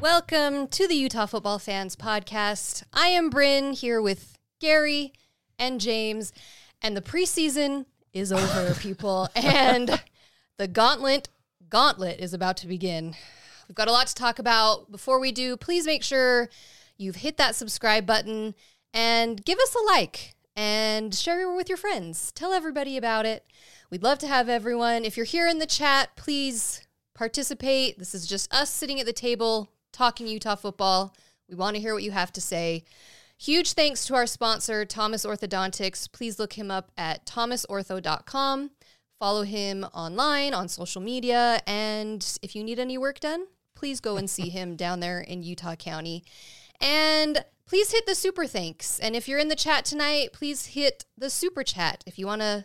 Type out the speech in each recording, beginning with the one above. Welcome to the Utah Football Fans Podcast. I am Bryn here with Gary and James, and the preseason is over, people, and the gauntlet gauntlet is about to begin. We've got a lot to talk about. Before we do, please make sure you've hit that subscribe button and give us a like and share it with your friends. Tell everybody about it. We'd love to have everyone. If you're here in the chat, please participate. This is just us sitting at the table talking Utah football. We want to hear what you have to say. Huge thanks to our sponsor, Thomas Orthodontics. Please look him up at thomasortho.com. Follow him online on social media. And if you need any work done, please go and see him down there in Utah County. And please hit the super thanks. And if you're in the chat tonight, please hit the super chat if you want to,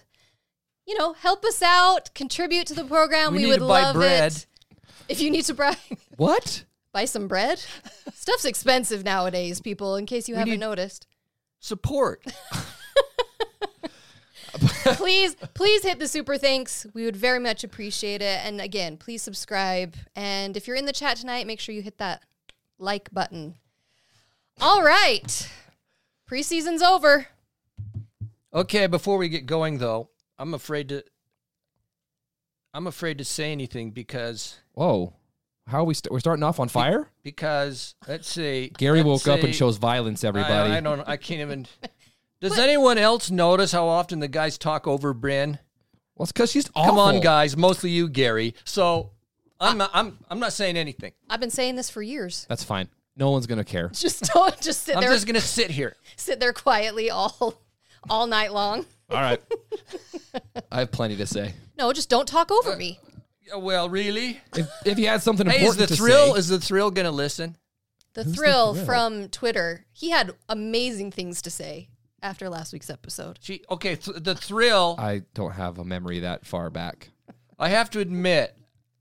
you know, help us out, contribute to the program. We, need would to buy love bread. it. If you need to buy What? buy some bread, stuff's expensive nowadays, people. In case you haven't need- noticed, Support. please, please hit the super thanks. We would very much appreciate it. And again, please subscribe. And if you're in the chat tonight, make sure you hit that like button. All right, preseason's over. okay, before we get going though, I'm afraid to I'm afraid to say anything because Whoa. How are we st- we're starting off on fire? because let's see. Gary let's woke up and see. chose violence, I- everybody. I, don't I can't even Does anyone else notice how often the guys talk over Bryn? Well, it's because she's awful. Come on, guys, mostly you, Gary. So I'm Uh, not, I'm I'm not saying anything. I've been saying this for years. That's fine. No one's going to care. Just don't just sit I'm there just gonna sit here. sit there quietly all all night long. All right. I have plenty to say. No, just don't talk Uh, over me. Yeah, Well, really? If, if you had something Hey, is important the to thrill say, is the thrill gonna listen? The the thrill, thrill? from Twitter. He had amazing things to say after last week's episode. Gee, okay, th- the thrill I don't have a memory that far back. I have to admit,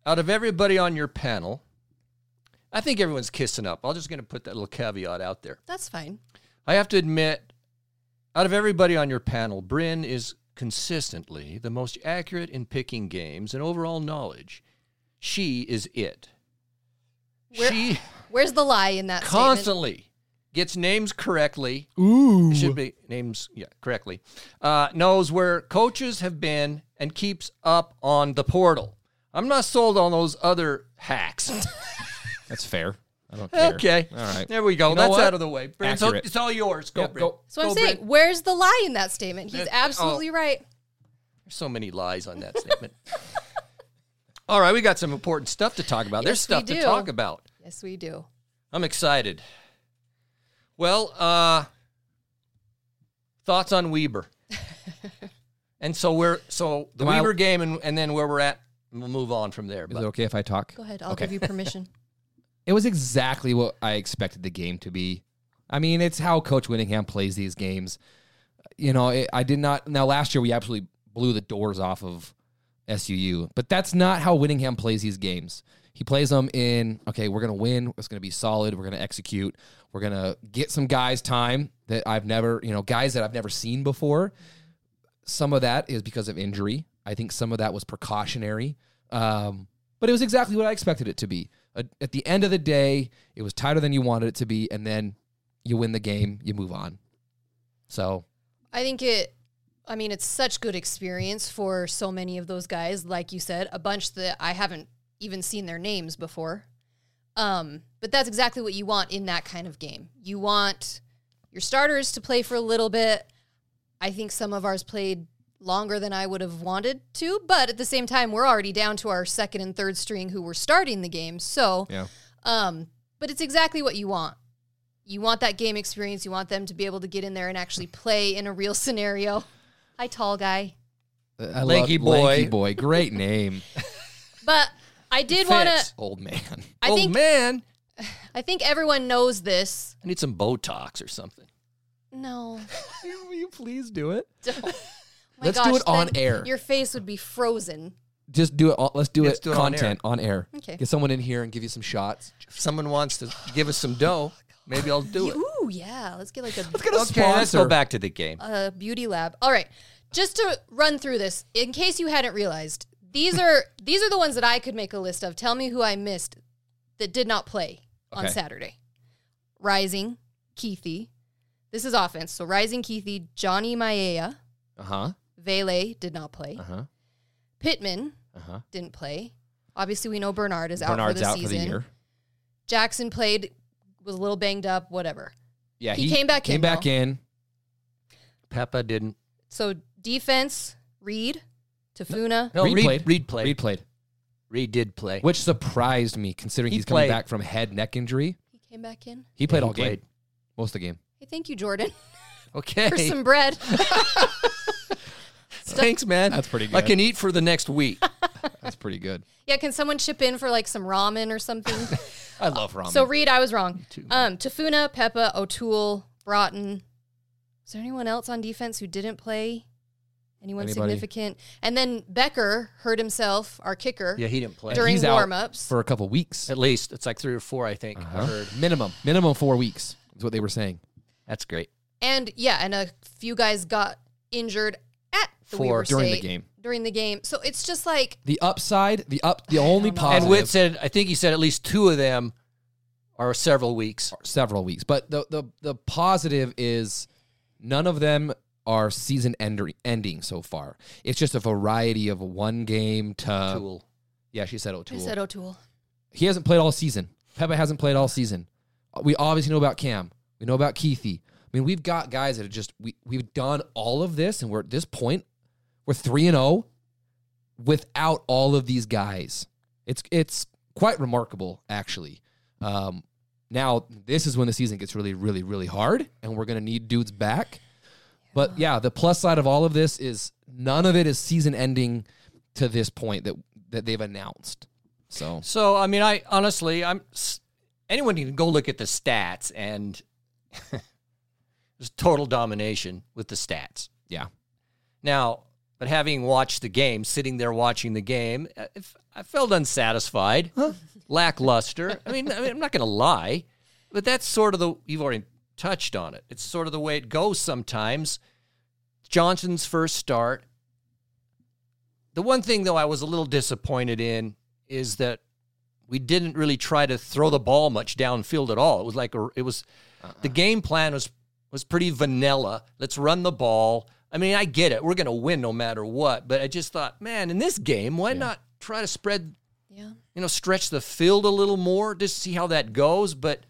out of everybody on your panel, I think everyone's kissing up. I'm just going to put that little caveat out there. That's fine. I have to admit, out of everybody on your panel, Bryn is consistently the most accurate in picking games and overall knowledge. She is it. Where- she Where's the lie in that statement? constantly gets names correctly. Ooh. It should be names yeah correctly uh, knows where coaches have been and keeps up on the portal i'm not sold on those other hacks That's fair. I don't care. okay All right. there we go You know that's what? out of the way Brent, it's, all, Accurate. it's all yours go, Yeah, Brent. go. So I'm Go, saying, Brent. where's the lie in that statement? He's That- absolutely right. There's so many lies on that statement all right we got some important stuff to talk about there's Yes, we stuff to do. talk about Yes, we do. i'm excited well uh thoughts on weber and so we're so the Am I- weber game and, and then where we're at and we'll move on from there Is but- oh, it okay if I talk? Go ahead. I'll Okay. give you permission. It was exactly what I expected the game to be. I mean, it's how Coach Winningham plays these games. You know, it, I did not. Now, last year we absolutely blew the doors off of SUU, but that's not how Winningham plays these games. He plays them in okay, we're gonna win. It's gonna be solid. We're gonna execute. We're gonna get some guys time that I've never, you know, guys that I've never seen before some of that is because of injury. I think some of that was precautionary. Um, but it was exactly what I expected it to be. At at the end of the day, it was tighter than you wanted it to be, and then you win the game, you move on. So I think it. I mean, it's such good experience for so many of those guys. Like you said, a bunch that I haven't even seen their names before. Um, but that's exactly what you want in that kind of game. You want your starters to play for a little bit. I think some of ours played longer than I would have wanted to, but at the same time, we're already down to our second and third string who were starting the game. So yeah, um, but it's exactly what you want. You want that game experience. You want them to be able to get in there and actually play in a real scenario. Hi, tall guy. uh, I Lanky boy. lanky boy, great name, But I did want to. Fits. old man. I Old think man, I think everyone knows this. I need some Botox or something. No, Will you please do it? don't. My Let's do it on then air. Your face would be frozen. Just do it. all- Let's do Let's it. do it on air. content on air. Okay. Get someone in here and give you some shots. If someone wants to give us some dough, maybe I'll do it. Ooh, yeah. Let's Oh, get like a, Uh, Get a Okay, let's go back to the game. a beauty lab. All right, just to run through this in case you hadn't realized. These are these are the ones that I could make a list of. Tell me who I missed that did not play. on Okay. Saturday. Rising, Keithy. This is offense. So Rising, Keithy, Johnny Maea, Uh huh. Vele did not play. Uh huh. Pittman Uh huh. didn't play. Obviously, we know Bernard is out for Bernard's the out season. for the year. Jackson played, was a little banged up, whatever. Yeah, He came back Came in, back though. in. Papa didn't. So defense, Reed, Tafuna. No, Reed, Reed played. Reed Reed played, did play. which surprised me considering He he's played. coming back from head neck injury. He came back in. He played he all played. game, most of the game. Hey, thank you, Jordan, Okay. for some bread. Thanks, man. That's pretty I good. can eat for the next week. That's pretty good. yeah, can someone chip in for like some ramen or something? I love ramen. So Reed, I was wrong. Um, Tafuna, Peppa, O'Toole, Broughton. Is there anyone else on defense who didn't play? Anyone Anybody? significant? And then Becker hurt himself, our kicker, yeah, he didn't play. during He's out warm-ups. for a couple weeks. At least it's like three or four, I think. I heard. Minimum, minimum four weeks is what they were saying. That's great. and yeah, and a few guys got injured at the For- Weber during the State- game. During the game, so it's just like The upside, the up, the only know. positive. And Witt said, I think he said at least two of them are several weeks. several weeks. But the the the positive is none of them are season ender, ending so far. It's just a variety of one game to Tool. yeah. She said I O'Toole. said O'Toole. he hasn't played all season. Peppa hasn't played all season. We obviously know about Cam. We know about Keithy. I mean, we've got guys that are just we we've done all of this, and we're at this point, we're three and zero without all of these guys. It's it's quite remarkable, actually. Um, now this is when the season gets really, really, really hard, and we're gonna need dudes back. But yeah, the plus side of all of this is none of it is season ending to this point that that they've announced. So So I mean, I honestly, I'm s- anyone can go look at the stats and there's total domination with the stats. yeah. Now, but having watched the game, sitting there watching the game, uh, if- I felt unsatisfied, lackluster. I mean, I mean, I'm not going to lie, but that's sort of the you've already touched on it. It's sort of the way it goes sometimes. Johnson's first start. The one thing though I was a little disappointed in is that we didn't really try to throw the ball much downfield at all. It was like a, it was the game plan was was pretty vanilla. Let's run the ball. I mean, I get it. We're going to win no matter what, but I just thought, man, in this game, why not try to spread, Yeah. you know, stretch the field a little more just see how that goes, but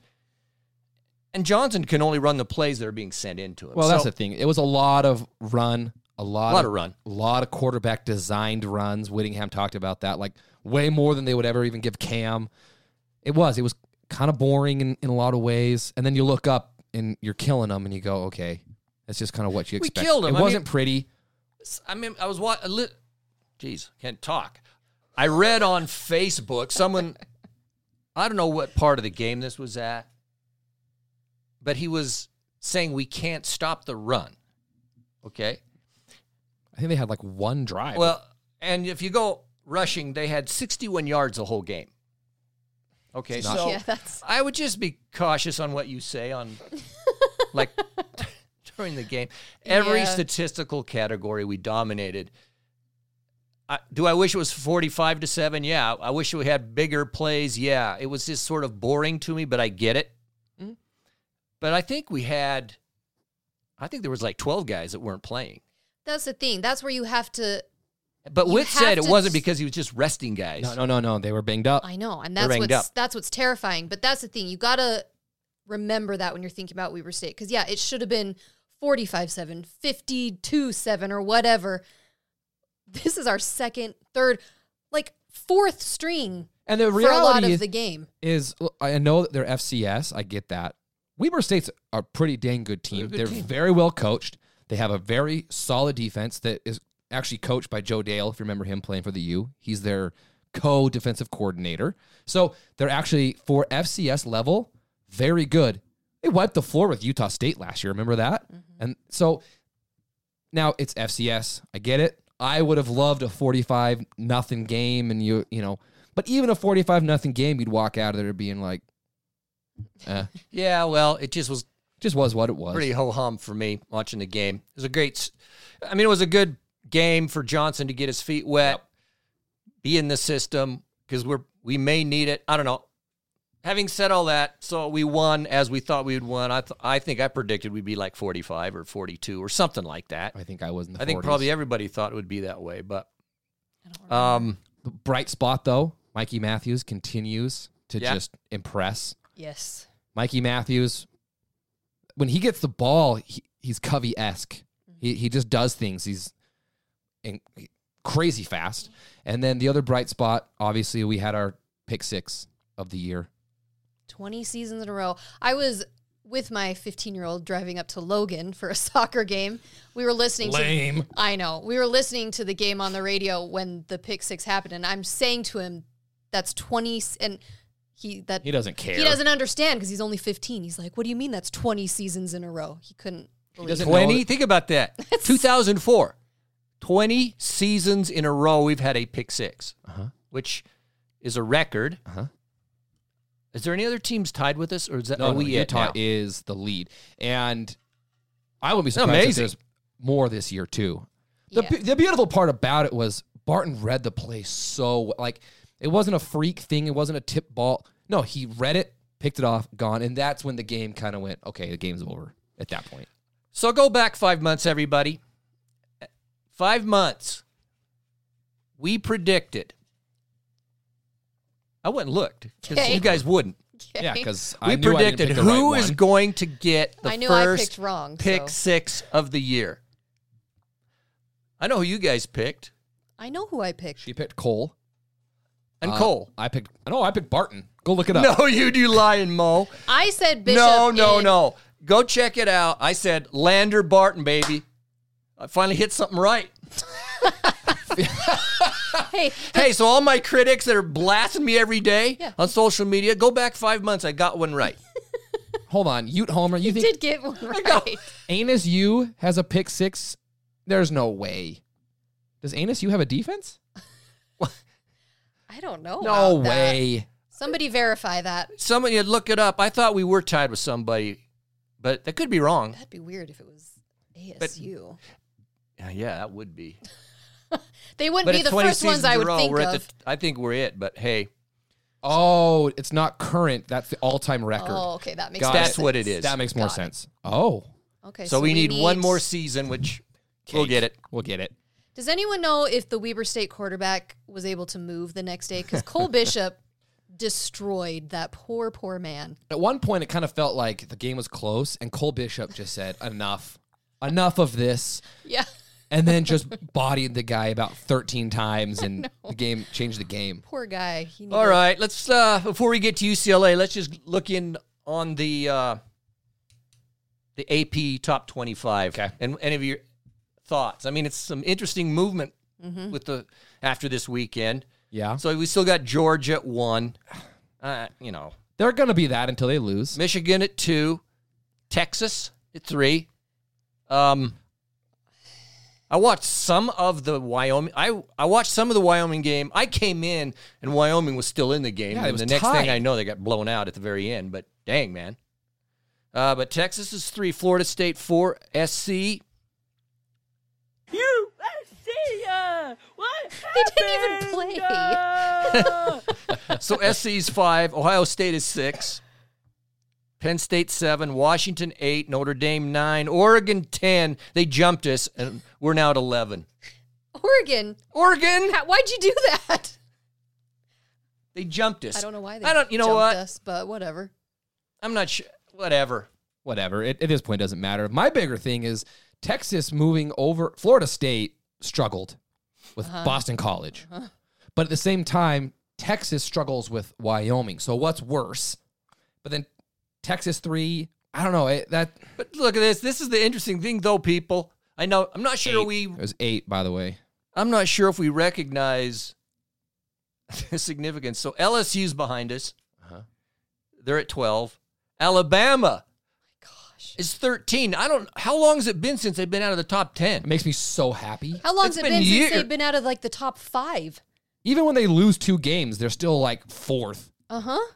and Johnson can only run the plays that are being sent into him. Well, that's So- the thing. It was a lot of run, a lot, Lot of run. a lot of quarterback designed runs. Whittingham talked about that, like way more than they would ever even give Cam. It was, it was kind of boring in, in a lot of ways. And then you look up and you're killing them, and you go, okay, that's just kind of what you We expect. killed 'em. It I wasn't pretty. I mean, I was watching. Li- Jeez, can't talk. I read on Facebook someone. I don't know what part of the game this was at, but he was saying we can't stop the run. Okay. I think they had like one drive. Well, and if you go rushing, they had 61 yards the whole game. Okay, not- so Yeah, that's- I would just be cautious on what you say on like during the game. Every Yeah. statistical category we dominated. I, do I wish it was 45 to 7? Yeah. I wish we had bigger plays. Yeah. It was just sort of boring to me, but I get it. Mm-hmm. But I think we had I think there was like 12 guys that weren't playing. That's the thing. That's where you have to. But You Witt have said it to wasn't s- because he was just resting guys. no, no, no, no. They were banged up. I know, and that's banged what's up. that's what's terrifying. But that's the thing. You gotta remember that when you're thinking about Weber State, because yeah, it should have been 45-7, 52-7, or whatever. This is our second, third, like fourth string and the for a lot reality of is, the game. is look, I know that they're FCS. I get that. Weber State's a pretty dang good team. They're They're, a good team. very well coached. They have a very solid defense that is actually coached by Joe Dale. If you remember him playing for the U, he's their co defensive coordinator. So they're actually for FCS level very good. They wiped the floor with Utah State last year. Remember that? Mm-hmm. And so now it's FCS. I get it. I would have loved a 45 nothing game and you you know, but even a 45 nothing game you'd walk out of there being like eh, Yeah, well, it just was just was what it was. pretty ho hum for me watching the game. It was a great, s- I mean, it was a good game for Johnson to get his feet wet, be in the system because we're we may need it. I don't know. having said all that, so we won as we thought we would win. I th- I think I predicted we'd be like 45 or 42 or something like that. I think I was in the I think 40s. probably everybody thought it would be that way, but I don't remember. um, The bright spot though, Mikey Matthews continues to Yeah. just impress. yes. Mikey Matthews, when he gets the ball, he, he's Covey esque. Mm-hmm. He, he just does things. He's in, crazy fast. And then the other bright spot, obviously, we had our pick six of the year. 20 seasons in a row. I was with my 15 year old driving up to Logan for a soccer game. We were listening Lame. to. I know. We were listening to the game on the radio when the pick six happened, and I'm saying to him, that's 20. s- And he, that. He doesn't care. He doesn't understand because he's only 15. He's like, "What do you mean that's 20 seasons in a row?" He couldn't. Believe doesn't it. know 20, that- think about that. 2004. 20 seasons in a row we've had a pick 6. Which is a record. Uh-huh. Is there any other teams tied with us or is that No, are Oh, no, we it Utah now? is the lead, and I wouldn't be surprised if Amazing. there's more this year too. The, Yeah. bu- the beautiful part about it was Barton read the play so well. like it wasn't a freak thing, it wasn't a tip ball. No, he read it, picked it off, gone, and that's when the game kind of went. Okay, the game's over at that point. So go back five months, everybody. Five months. We predicted. I went and looked because Okay. you guys wouldn't. Yeah, because We predicted who is going to get the I knew I first picked wrong, pick so. six of the year. I know who you guys picked I know who I picked. She picked Cole and Uh, Cole. I picked. No, I picked Barton. Go look it up. No, you do lying, Mo. I said Bishop. no, no, in- no. Go check it out. I said Lander Barton, baby. I finally hit something right. Hey, Hey, so all my critics that are blasting me every day Yeah. on social media, go back five months. I got one right. Hold on, Ute Homer. You think did get one got- right. Anus U has a pick six? There's no way. Does Anus U have a defense? I don't know. No about that. way. Somebody verify that. Somebody had look it up. I thought we were tied with somebody, but that could be wrong. That'd be weird if it was ASU. Yeah, Yeah, that would be. they wouldn't But be it's the 20 first ones seasons I in a would row. think We're of. At the, I think we're it, but hey, Oh, it's not current. That's the all-time record. oh, okay, that makes Got more it. that's sense. what it is. that makes more Got it. sense. Oh, Okay, so, we, need, one more season, which we'll cake. get it. We'll get it. Does anyone know if the Weber State quarterback was able to move the next day? Because Cole Bishop destroyed that poor, poor man. At one point, it kind of felt like the game was close, and Cole Bishop just said, "Enough, enough of this," Yeah, and then just bodied the guy about 13 times, and the game changed the game. poor guy. He needed, All right, let's uh, before we get to UCLA, let's just look in on the uh, the AP top twenty-five. Okay. and any of your thoughts? I mean, it's some interesting movement with the after this weekend. Yeah, So we still got Georgia at one. Uh, you know, they're gonna be that until they lose. Michigan at two, Texas at three. Um, I watched some of the Wyoming. I I watched some of the Wyoming game. I came in and Wyoming was still in the game. Yeah, it and was the next tied. thing I know, they got blown out at the very end. But dang, man. Uh, but Texas is three, Florida State four, SC. You see ya! What? uh? They didn't even happened? So SC's five, Ohio State is six, Penn State seven, Washington eight, Notre Dame nine, Oregon ten. They jumped us, and we're now at eleven. Oregon. Oregon. How- Why'd you do that? They jumped us. I don't know why they. I don't. You know jumped what? Us, but whatever. I'm not sure. Whatever. Whatever. It, at this point, it doesn't matter. My bigger thing is Texas moving over. Florida State struggled with Boston College, but at the same time, Texas struggles with Wyoming. So what's worse? But then Texas three. I don't know. It, that But look at this. This is the interesting thing, though, people. I know. I'm not sure we. It was eight, by the way. I'm not sure if we recognize the significance. So LSU's behind us. Uh-huh. They're at 12. Alabama Gosh, is 13. I don't. How long has it been since they've been out of the top It 10? makes me so happy. how long's It's it been been year- since they've been out of like the top five? Even when they lose two games, they're still like fourth. Uh huh. So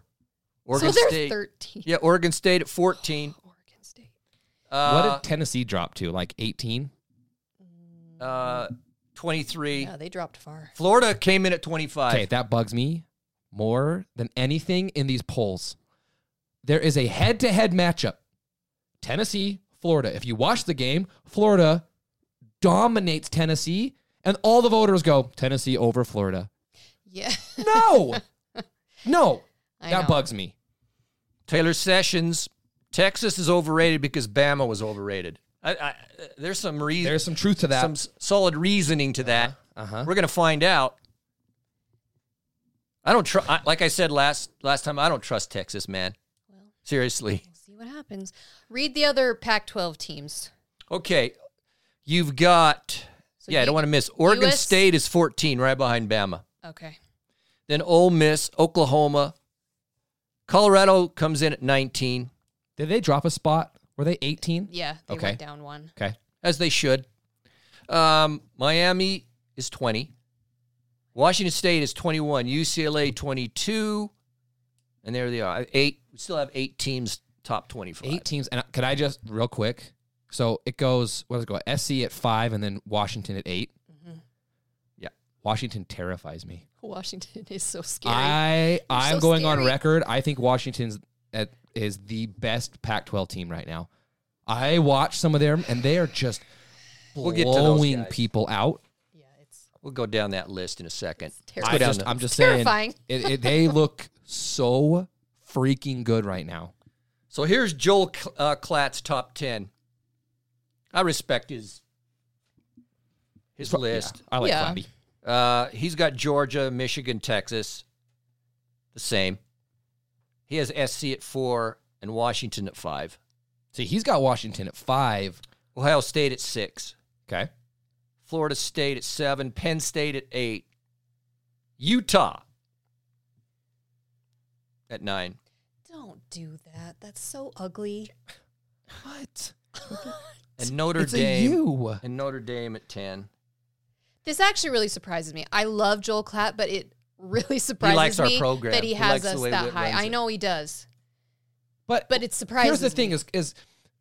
Oregon they're State. thirteen. Yeah, Oregon State at 14. Oregon State. Uh, what did Tennessee drop to? Like 18? uh, 23. Yeah, they dropped far. Florida came in at 25. Okay, that bugs me. more than anything in these polls. There is a head to head matchup Tennessee, Florida. If you watch the game, Florida dominates Tennessee, and all the voters go Tennessee over Florida. Yeah. No, no, I that know. bugs me. Taylor Sessions, Texas is overrated because Bama was overrated. I, I, there's some reason. There's some truth to that. some s- solid reasoning to that. uh-huh. We're gonna find out. I don't trust. Like I said last last time, I don't trust Texas, man. Seriously. See what happens. Read the other Pac 12 teams. Okay, you've got. yeah, I you- don't want to miss. Oregon US State is 14, right behind Bama. Okay. Then Ole Miss, Oklahoma, Colorado comes in at 19, Did they drop a spot? Were they 18? Yeah. They Okay. went down one. Okay. as they should. Um, Miami is 20. Washington State is 21. UCLA 22. And there they are. Eight. We still have eight teams top 25. Eight teams. And could I just real quick? So it goes. What does it go? SC at five, and then Washington at 8 Yeah. Washington terrifies me. Washington is so scary. I I'm so going on scary. record. I think Washington's at, is the best Pac-12 team right now. I watch some of them, and they are just We'll get to those blowing guys. people out. yeah, it's We'll go down that list in a second. terrible. I go down just, the- I'm just terrifying. saying, it, it, they look so freaking good right now. So here's Joel Cl- uh, Klatt's top 10. I respect his his list. I like Yeah. Flabby. Uh, he's got Georgia, Michigan, Texas, the same. He has SC at four and Washington at five. See, he's got Washington at five. Ohio State at six, Okay, Florida State at seven, Penn State at eight, Utah at nine. Don't do that. That's so ugly. what? And Notre It's a Dame U. and Notre Dame at ten. This actually really surprises me. I love Joel Klatt, but it really surprises likes our me program. that he He has likes the us way that Whit high. runs I it. know he does, But but it surprises here's the thing: me. is is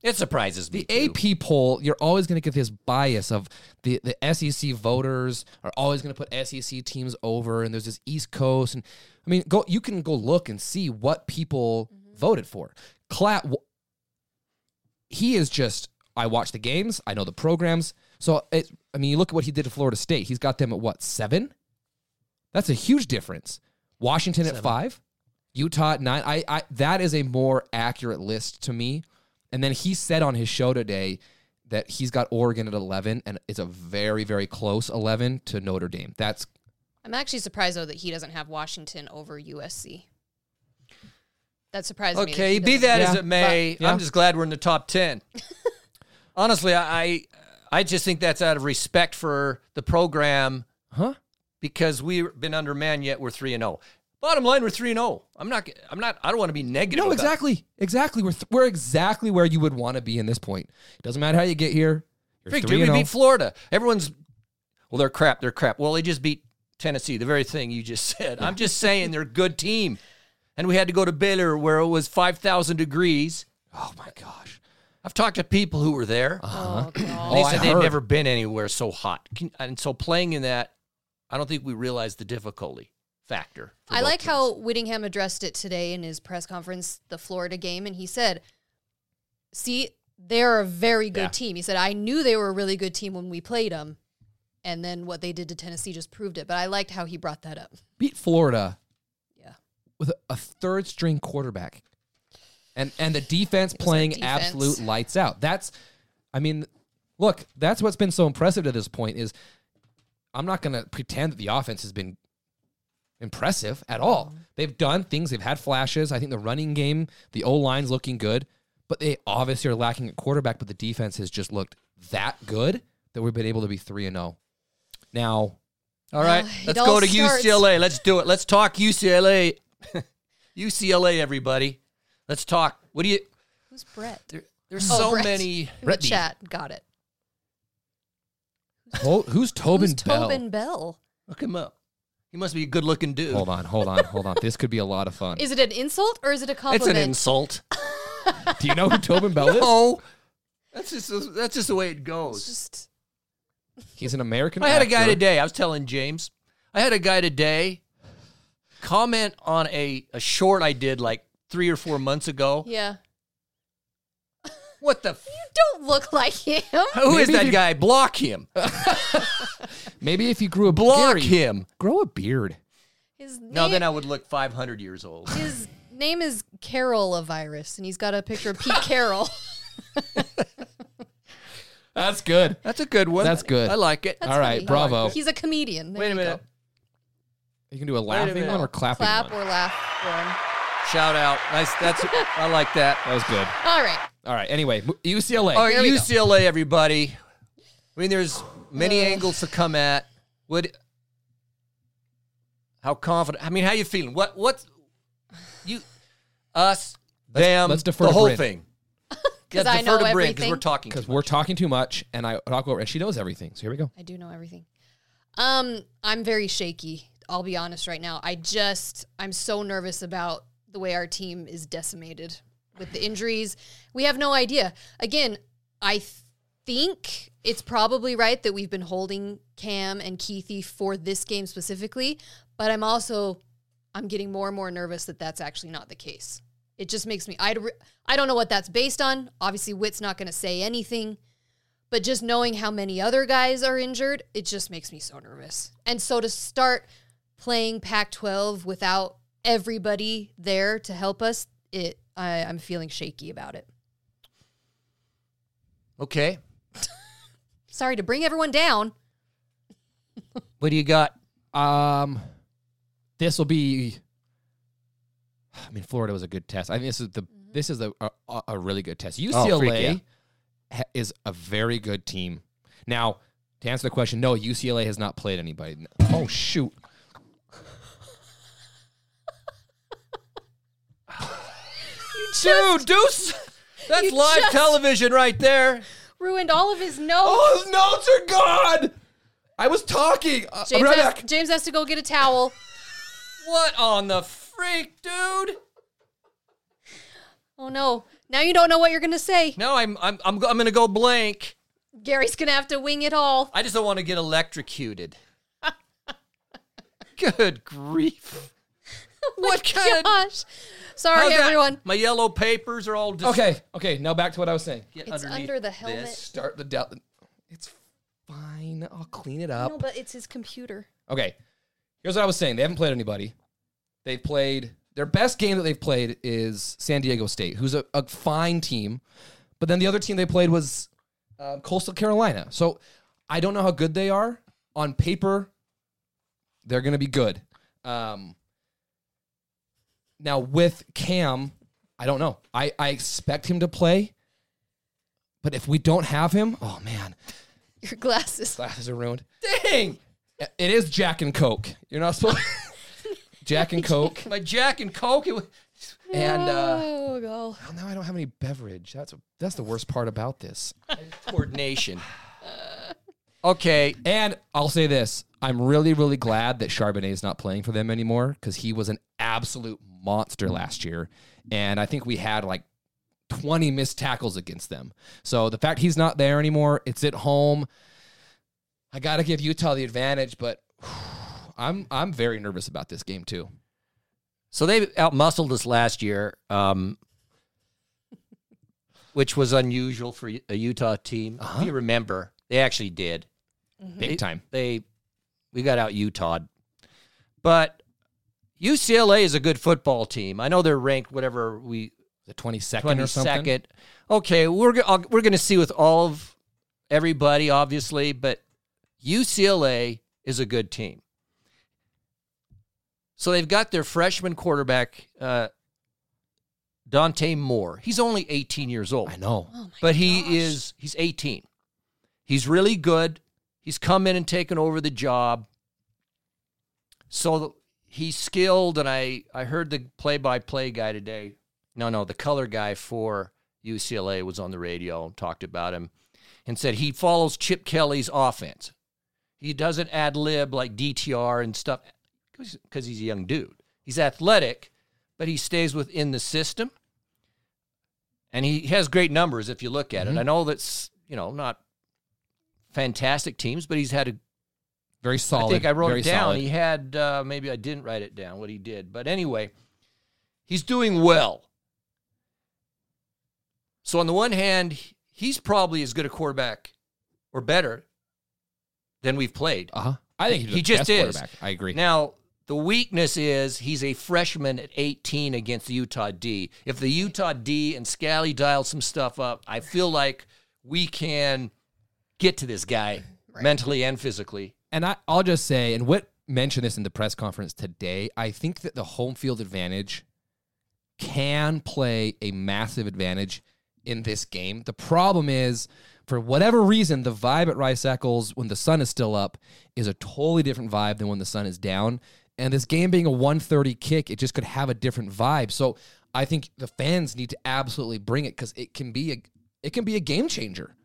It surprises me. the too. AP poll, you're always going to get this bias of the, the SEC voters are always going to put SEC teams over, and there's this East Coast, and I mean, go you can go look and see what people Mm-hmm. voted for. Clat, w- he is just. I watch the games. I know the programs. So it, I mean, you look at what he did to Florida State. He's got them at what seven? That's a huge difference. Washington at five. Utah at nine. I, I that is a more accurate list to me. And then he said on his show today that he's got Oregon at eleven, and it's a very very close eleven to Notre Dame. That's I'm actually surprised though that he doesn't have Washington over USC. That surprised me. that Okay, he be doesn't. that as Yeah. it may, But- yeah. I'm just glad we're in the top ten. Honestly, I I- I just think that's out of respect for the program huh? because we've been undermanned yet we're three and zero. Bottom line, we're three and zero. I'm not. I'm not. I don't want to be negative. No, about- exactly, exactly. We're th- we're exactly where you would want to be in this point. doesn't matter how you get here. You're Freak, three dude, we and beat oh. Florida. Everyone's well, they're crap. They're crap. Well, they just beat Tennessee. The very thing you just said. I'm just saying they're a good team, and we had to go to Baylor where it was five thousand degrees. Oh my gosh! I've talked to people who were there. Oh god. And they Oh, I said they'd heard. never been anywhere so hot. Can- And so playing in that, I don't think we realized the difficulty factor. for I both like teams. how Whittingham addressed it today in his press conference, the Florida game, and he said, "See, they're a very good Yeah. team." He said, "I knew they were a really good team when we played them, and then what they did to Tennessee just proved it." But I liked how he brought that up. Beat Florida Yeah, with a, a third string quarterback, and and the defense was a playing defense. absolute lights out. That's, I mean, look, that's what's been so impressive to this point is, I'm not gonna pretend that the offense has been impressive at all. They've done things. They've had flashes. I think the running game, the O line's looking good, but they obviously are lacking at quarterback. But the defense has just looked that good that we've been able to be three and zero. Now, All right, Uh, it let's all go to starts- UCLA. Let's do it. Let's talk UCLA. UCLA, everybody. Let's talk. What do you? who's Brett? There, there's Oh, so Brett. many. In Brett the Deep. chat, got it. to- who's Tobin who's Bell? Tobin Bell? Look him up. He must be a good-looking dude. Hold on, hold on, hold on. This could be a lot of fun. Is it an insult or is it a That's an compliment? insult. Do you know who Tobin Bell is? Oh, that's just that's just the way it goes. It's just He's an American. I had a guy actor. today. I was telling James. I had a guy today comment on a, a short I did like three or four months ago. Yeah. What the? F- Don't look like him. who is Maybe that you- guy? Block him. Maybe if you grew a Block Gary, him. grow a beard. His name, No, then I would look 500 years old. his name is Carol a virus, and he's got a picture of Pete Carroll. That's good. That's a good one. That's good. I like it. That's All right, funny. bravo. He's a comedian. There Wait a you go. minute. You can do a laughing minute. one or clapping Clap one. or laugh for Shout out. Nice. That's. I like that. that was good. him. All right. All right. Anyway, mo- UCLA. All right, There we go. UCLA, everybody. I mean, there's many angles to come at. Would how confident? I mean, how you feeling? What? What? You, us, them, let's defer the to whole Brynn. thing. 'Cause Let's I defer know to because everything. we're talking. Because we're talking too much, and I talk over, and she knows everything. So here we go. I do know everything. Um, I'm very shaky. I'll be honest right now. I just I'm so nervous about the way our team is decimated with the injuries. We have no idea. Again, I th- think it's probably right that we've been holding Cam and Keithy for this game specifically, but I'm also I'm getting more and more nervous that that's actually not the case. It just makes me I I don't know what that's based on. Obviously, Witt's not going to say anything. But just knowing how many other guys are injured, it just makes me so nervous. And so to start playing Pac 12 without everybody there to help us, it I, I'm feeling shaky about it. Okay. Sorry to bring everyone down. What do you got? Um, this will be. I mean, Florida was a good test. I think this is the Mm-hmm. this is a a, a really good test. UCLA ha- is a very good team. Now, to answer the question, no, UCLA has not played anybody. N- Oh shoot! Dude, Deuce. That's You live just- television right there. Ruined all of his notes. Oh, his notes are gone. I was talking. Uh, James, has, James has to go get a towel. What on the freak, dude? Oh no. Now you don't know what you're going to say. No, I'm I'm I'm, go- I'm gonna go blank. Gary's going to have to wing it all. I just don't want to get electrocuted. Good grief. What kind of Gosh. Sorry, How's that? everyone. My yellow papers are all just Okay, okay. Now back to what I was saying. Get It's underneath under the helmet. this. Start the del- It's fine. I'll clean it up. No, but it's his computer. Okay. Here's what I was saying. They haven't played anybody. They've played their best game that they've played is San Diego State, who's a, a fine team. But then the other team they played was uh, Coastal Carolina. So I don't know how good they are. On paper, they're going to be good. Um, now with Cam, I don't know. I, I expect him to play. But if we don't have him, oh man, Your glasses. glasses are ruined. Dang! It is Jack and Coke. You're not supposed Jack and Coke. My Jack and Coke. It was, And uh, oh, God. oh, now I don't have any beverage. That's that's the worst part about this. coordination. Okay. And I'll say this: I'm really, really glad that Charbonnet is not playing for them anymore because he was an absolute monster last year, and I think we had like 20 missed tackles against them. So the fact he's not there anymore, it's at home. I got to give Utah the advantage, but I'm I'm very nervous about this game too. So they outmuscled us last year, um, which was unusual for a Utah team. If you remember, they actually did. Big time. They we got out Utah. But UCLA is a good football team. I know they're ranked whatever we The 22nd twenty or something. second. Okay, we're go- I'll- we're going to see with all of everybody, obviously, but UCLA is a good team. So they've got their freshman quarterback, uh, Dante Moore. He's only eighteen years old I know. but he is he's 18 he's really good he's come in and taken over the job so he's skilled and i i heard the play-by-play guy today no no the color guy for ucla was on the radio and talked about him and said he follows chip kelly's offense he doesn't ad lib like dtr and stuff because he's a young dude he's athletic but he stays within the system and he has great numbers if you Mm-hmm. look at it. I know that's you know not fantastic teams, but he's had a Very solid. I think I wrote very it down. solid. He had uh, maybe I didn't write it down what he did, but anyway, he's doing well. So on the one hand, he- he's probably as good a quarterback or better than we've played. Uh-huh. I think he's He the just best is. quarterback. I agree. Now, the weakness is he's a freshman at 18 against the Utah D. If the Utah D and Scally dial some stuff up, I feel like we can get to this guy mentally and physically. and I, I'll just say, and Whit mentioned this in the press conference today. I think that the home field advantage can play a massive advantage in this game. The problem is, for whatever reason, the vibe at Rice Eccles when the sun is still up is a totally different vibe than when the sun is down. And this game being a 130 kick, it just could have a different vibe. So I think the fans need to absolutely bring it because it can be a it can be a game changer.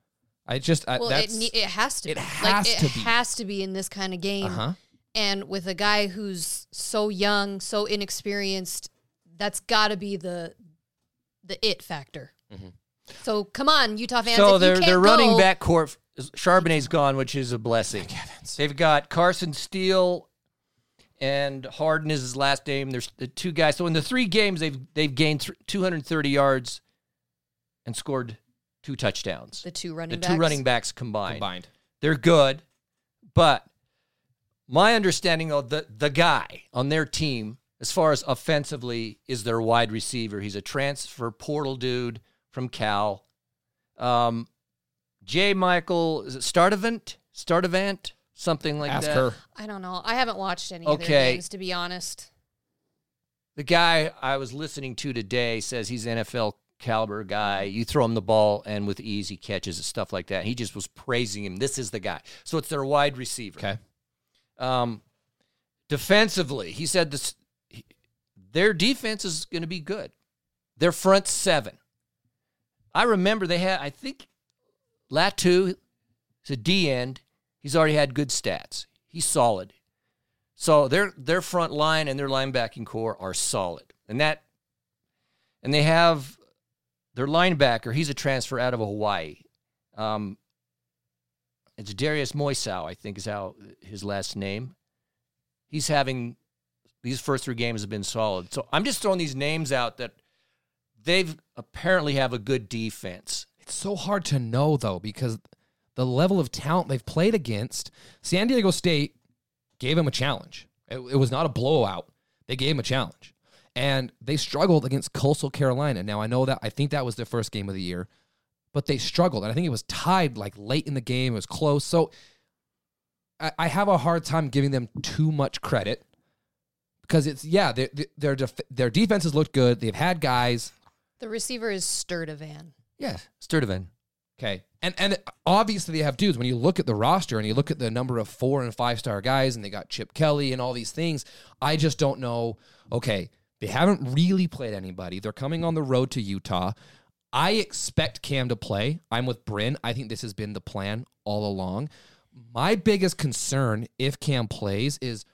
I just I, Well, it, that's ne- it has to. it be. has like, it to be. has to be in this kind of game. Uh-huh. And with a guy who's so young, so inexperienced, that's got to be the the it factor. So come on, Utah fans. Mm-hmm. So if their you can't their running go- back court Charbonnet's gone, which is a blessing. They've got Carson Steele and Harden is his last name. There's the two guys. So in the three games, they've they've gained thr- 230 yards and scored two touchdowns. the two the running two backs. running backs combined. combined. They're good, but my understanding of the the guy on their team, as far as offensively, is their wide receiver. He's a transfer portal dude from Cal. Um, J. Michael is it Stardivant? Stardivant? Something like Ask that. her. I don't know. I haven't watched any of Okay. their games to be honest. The guy I was listening to today says he's NFL caliber guy. You throw him the ball and with ease he catches and stuff like that. He just was praising him. This is the guy. So it's their wide receiver. Okay. Um, defensively, he said this: he- their defense is going to be good. Their front seven. I remember they had. I think Latu is a D end. He's already had good stats. He's solid. So their their front line and their linebacking core are solid, and that, and they have their linebacker. He's a transfer out of Hawaii. Um, it's Darius Moisau, I think is how his last name. He's having these first three games have been solid. So I'm just throwing these names out that they've apparently have a good defense. It's so hard to know though because the level of talent they've played against, San Diego State gave him a challenge. It, it was not a blowout. They gave him a challenge. And they struggled against Coastal Carolina. Now I know that I think that was their first game of the year, but they struggled. And I think it was tied like late in the game. It was close. So I, I have a hard time giving them too much credit because it's yeah, their their def- their defenses looked good. They've had guys The receiver is Sturtevant. Yes, Sturdivant. Okay. And and obviously they have dudes. When you look at the roster and you look at the number of four and five star guys, and they got Chip Kelly and all these things, I just don't know. Okay, they haven't really played anybody. They're coming on the road to Utah. I expect Cam to play. I'm with Bryn. I think this has been the plan all along. My biggest concern if Cam plays is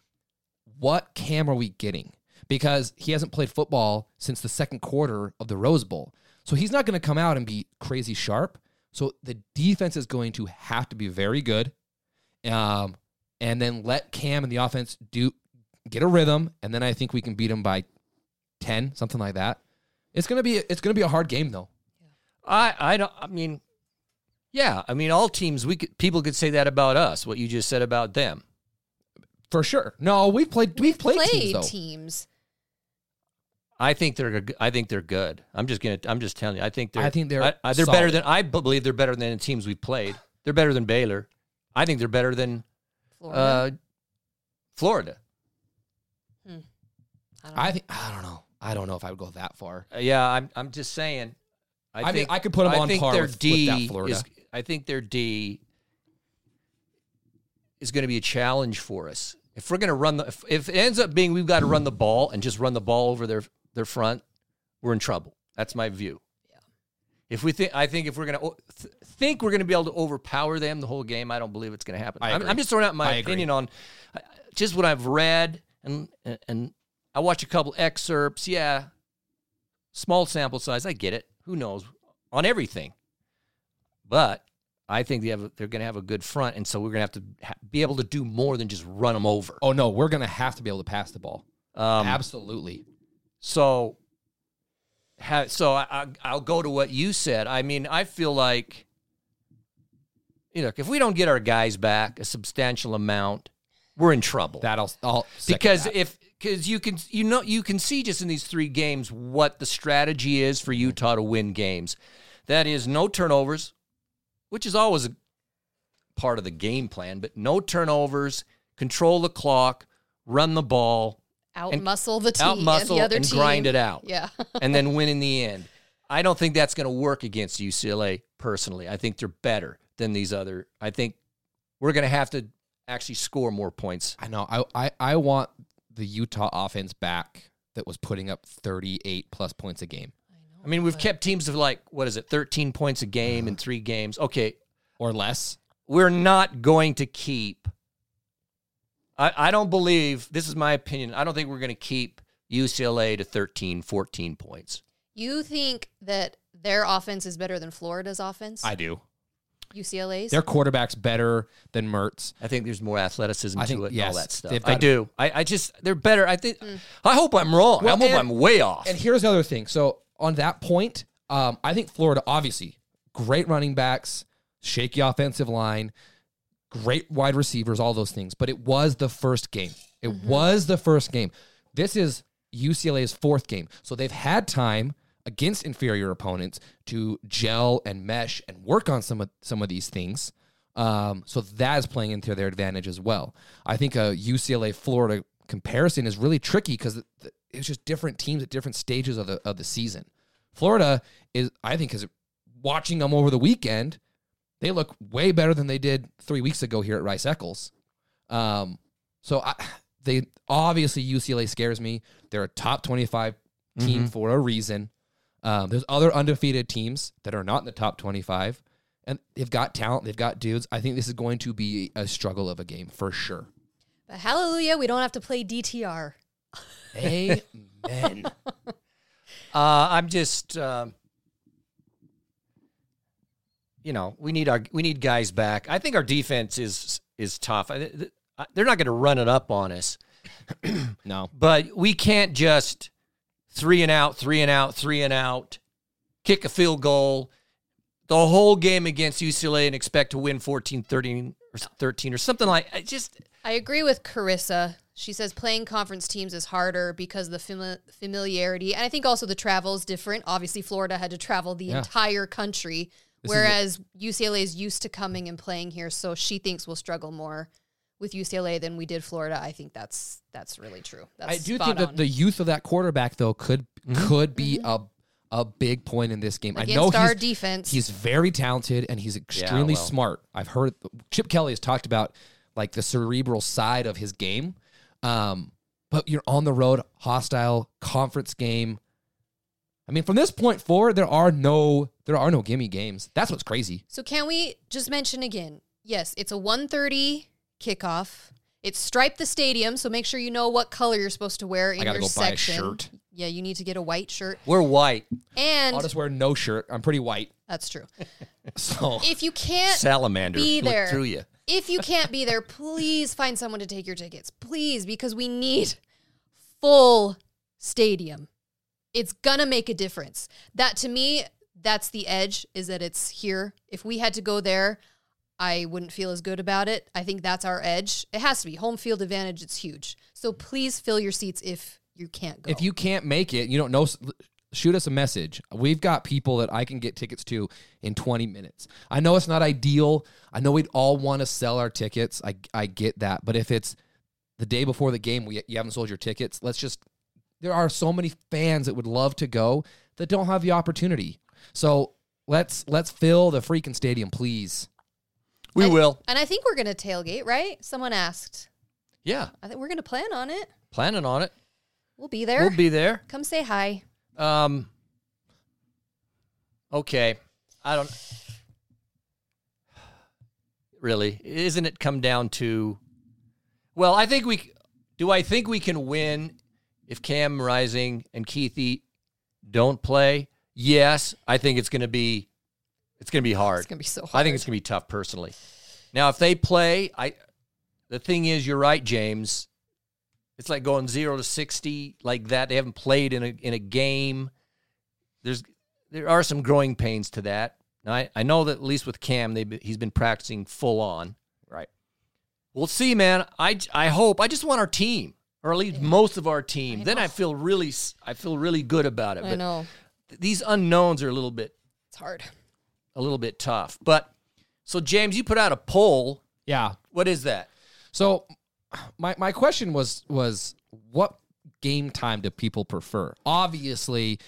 what cam are we getting? Because he hasn't played football since the second quarter of the Rose Bowl. So he's not going to come out and be crazy sharp. So the defense is going to have to be very good. Um, and then let Cam and the offense do get a rhythm, and then I think we can beat him by ten, something like that. It's gonna be it's gonna be a hard game though. I I don't. I mean, yeah. I mean, all teams we could, people could say that about us. What you just said about them. For sure. No, we've played we've played, teams Play though. teams. I think they're. g- I think they're good. I'm just gonna. I'm just telling you. I think they're. I think they're they're better solid. than. I believe they're better than the teams we've played. They're better than Baylor. I think they're better than Florida. uh, Florida. I think I don't know. I don't know if I would go that far. Uh, Yeah, I'm. I'm just saying. I mean, I could put 'em on think par their with- with D that Florida. Is, I think their D is going to be a challenge for us if we're going to run the. If, if it ends up being we've got to run the ball and just run the ball over their their front, we're in trouble. That's my view. If we think, I think if we're gonna o- th- think we're gonna be able to overpower them the whole game, I don't believe it's gonna happen. I I'm, agree. I'm just throwing out my I agree. opinion on uh, just what I've read and and I watch a couple excerpts. Yeah, small sample size. I get it. Who knows on everything, but I think they have a- they're going to have a good front, and so we're going to have to ha- be able to do more than just run them over. Oh no, we're gonna have to be able to pass the ball. Um, Absolutely. So, ha- so I, I, I'll go to what you said. I mean, I feel like, you know, if we don't get our guys back a substantial amount, we're in trouble. That'll I'll second because that. if because you can you know you can see just in these three games what the strategy is Mm-hmm. for Utah to win games. That is no turnovers, which is always a part of the game plan, but no turnovers, control the clock, run the ball, Out muscle the team, out muscle the other and team. grind it out Yeah, and then win in the end. I don't think that's going to work against UCLA personally. I think they're better than these other. I think we're going to have to actually score more points. I know I, I I want the Utah offense back that was putting up 38 plus points a game I mean, we've kept teams of like what is it, 13 points a game in 3 games. Okay, or less. we're not going to keep I, I don't believe this is my opinion. I don't think we're going to keep UCLA to 13, 14 points. you think that their offense is better than Florida's offense? I do. UCLA's. Their quarterback's better than Mertz. I think there's more athleticism I to think- it and yes, all that stuff. they've I got- do. I, I just they're better. I think I hope I'm wrong. Well, I hope and- I'm way off. And here's the other thing. So on that point, um, I think Florida obviously great running backs, shaky offensive line, great wide receivers, all those things. But it was the first game. It was the first game. This is UCLA's fourth game, so they've had time against inferior opponents to gel and mesh and work on some of some of these things. Um, so that is playing into their advantage as well. I think a UCLA Florida comparison is really tricky because it's just different teams at different stages of the of the season. Florida is, I think, is watching them over the weekend. They look way better than they did three weeks ago here at Rice Eccles. Um, so I, they obviously UCLA scares me. They're a top twenty-five team for a reason. Um, there's other undefeated teams that are not in the top twenty-five, and they've got talent. They've got dudes. I think this is going to be a struggle of a game for sure. but hallelujah, we don't have to play DTR. Amen. Uh, I'm just, um, you know, we need our we need guys back. I think our defense is is tough. I, th- th- I- they're not going to run it up on us, no, but we can't just three and out, three and out, three and out, kick a field goal the whole game against UCLA and expect to win 14 13 or s- 13 or something like I just I agree with Carissa. She says playing conference teams is harder because of the fami- familiarity, and I think also the travel is different. Obviously, Florida had to travel the entire country, whereas UCLA is used to coming and playing here, so she thinks we'll struggle more with UCLA than we did Florida. I think that's that's really true. That's I do spot think that on. Mm-hmm. the youth of that quarterback though could could be a a big point in this game. I know against our he's, defense, he's very talented and he's extremely well. smart. I've heard Chip Kelly has talked about like the cerebral side of his game. Um, but you're on the road, hostile conference game. I mean, from this point forward, there are no there are no gimme games. That's what's crazy. So can we just mention again? Yes, it's a 1:30 kickoff. It's stripe the stadium, so make sure you know what color you're supposed to wear in I gotta your go buy a section. shirt. Yeah, you need to get a white shirt. we're white And I'll just wear no shirt. I'm pretty white, that's true. so If you Eh, can't salamander be look there. through you. if you can't be there, please find someone to take your tickets. Please because we need full stadium. It's gonna make a difference. That to me, that's the edge is that it's here. If we had to go there, I wouldn't feel as good about it. I think that's our edge. It has to be home field advantage. It's huge. So please fill your seats if you can't go. If you can't make it, you don't know. Shoot us a message. We've got people that I can get tickets to in 20 minutes. I know it's not ideal. I know we'd all want to sell our tickets. I I get that. But if it's the day before the game, we you haven't sold your tickets. Let's just. There are so many fans that would love to go that don't have the opportunity. So let's let's fill the freaking stadium, please. We I- will. and I think we're gonna tailgate, right? Someone asked. Yeah, I think we're gonna plan on it. planning on it. We'll be there. We'll be there. Come say hi. Um. Okay, I don't. Really, isn't it come down to? Well, I think we. c- Do I think we can win if Cam Rising and Keithy don't play? Yes, I think it's going to be. It's going to be hard. It's gonna be so I think it's going to be tough personally. Now, if they play, I the thing is, you're right, James. It's like going zero to sixty like that. They haven't played in a in a game. There's there are some growing pains to that. Now, I, I know that at least with Cam, they he's been practicing full on. Right. We'll see, man. I I hope. I just want our team, or at least most of our team. then I feel really s- I feel really good about it. I but know th- these unknowns are a little bit it's hard. a little bit tough. But so James, you put out a poll. Yeah. What is that? So my my question was was what game time do people prefer? Obviously,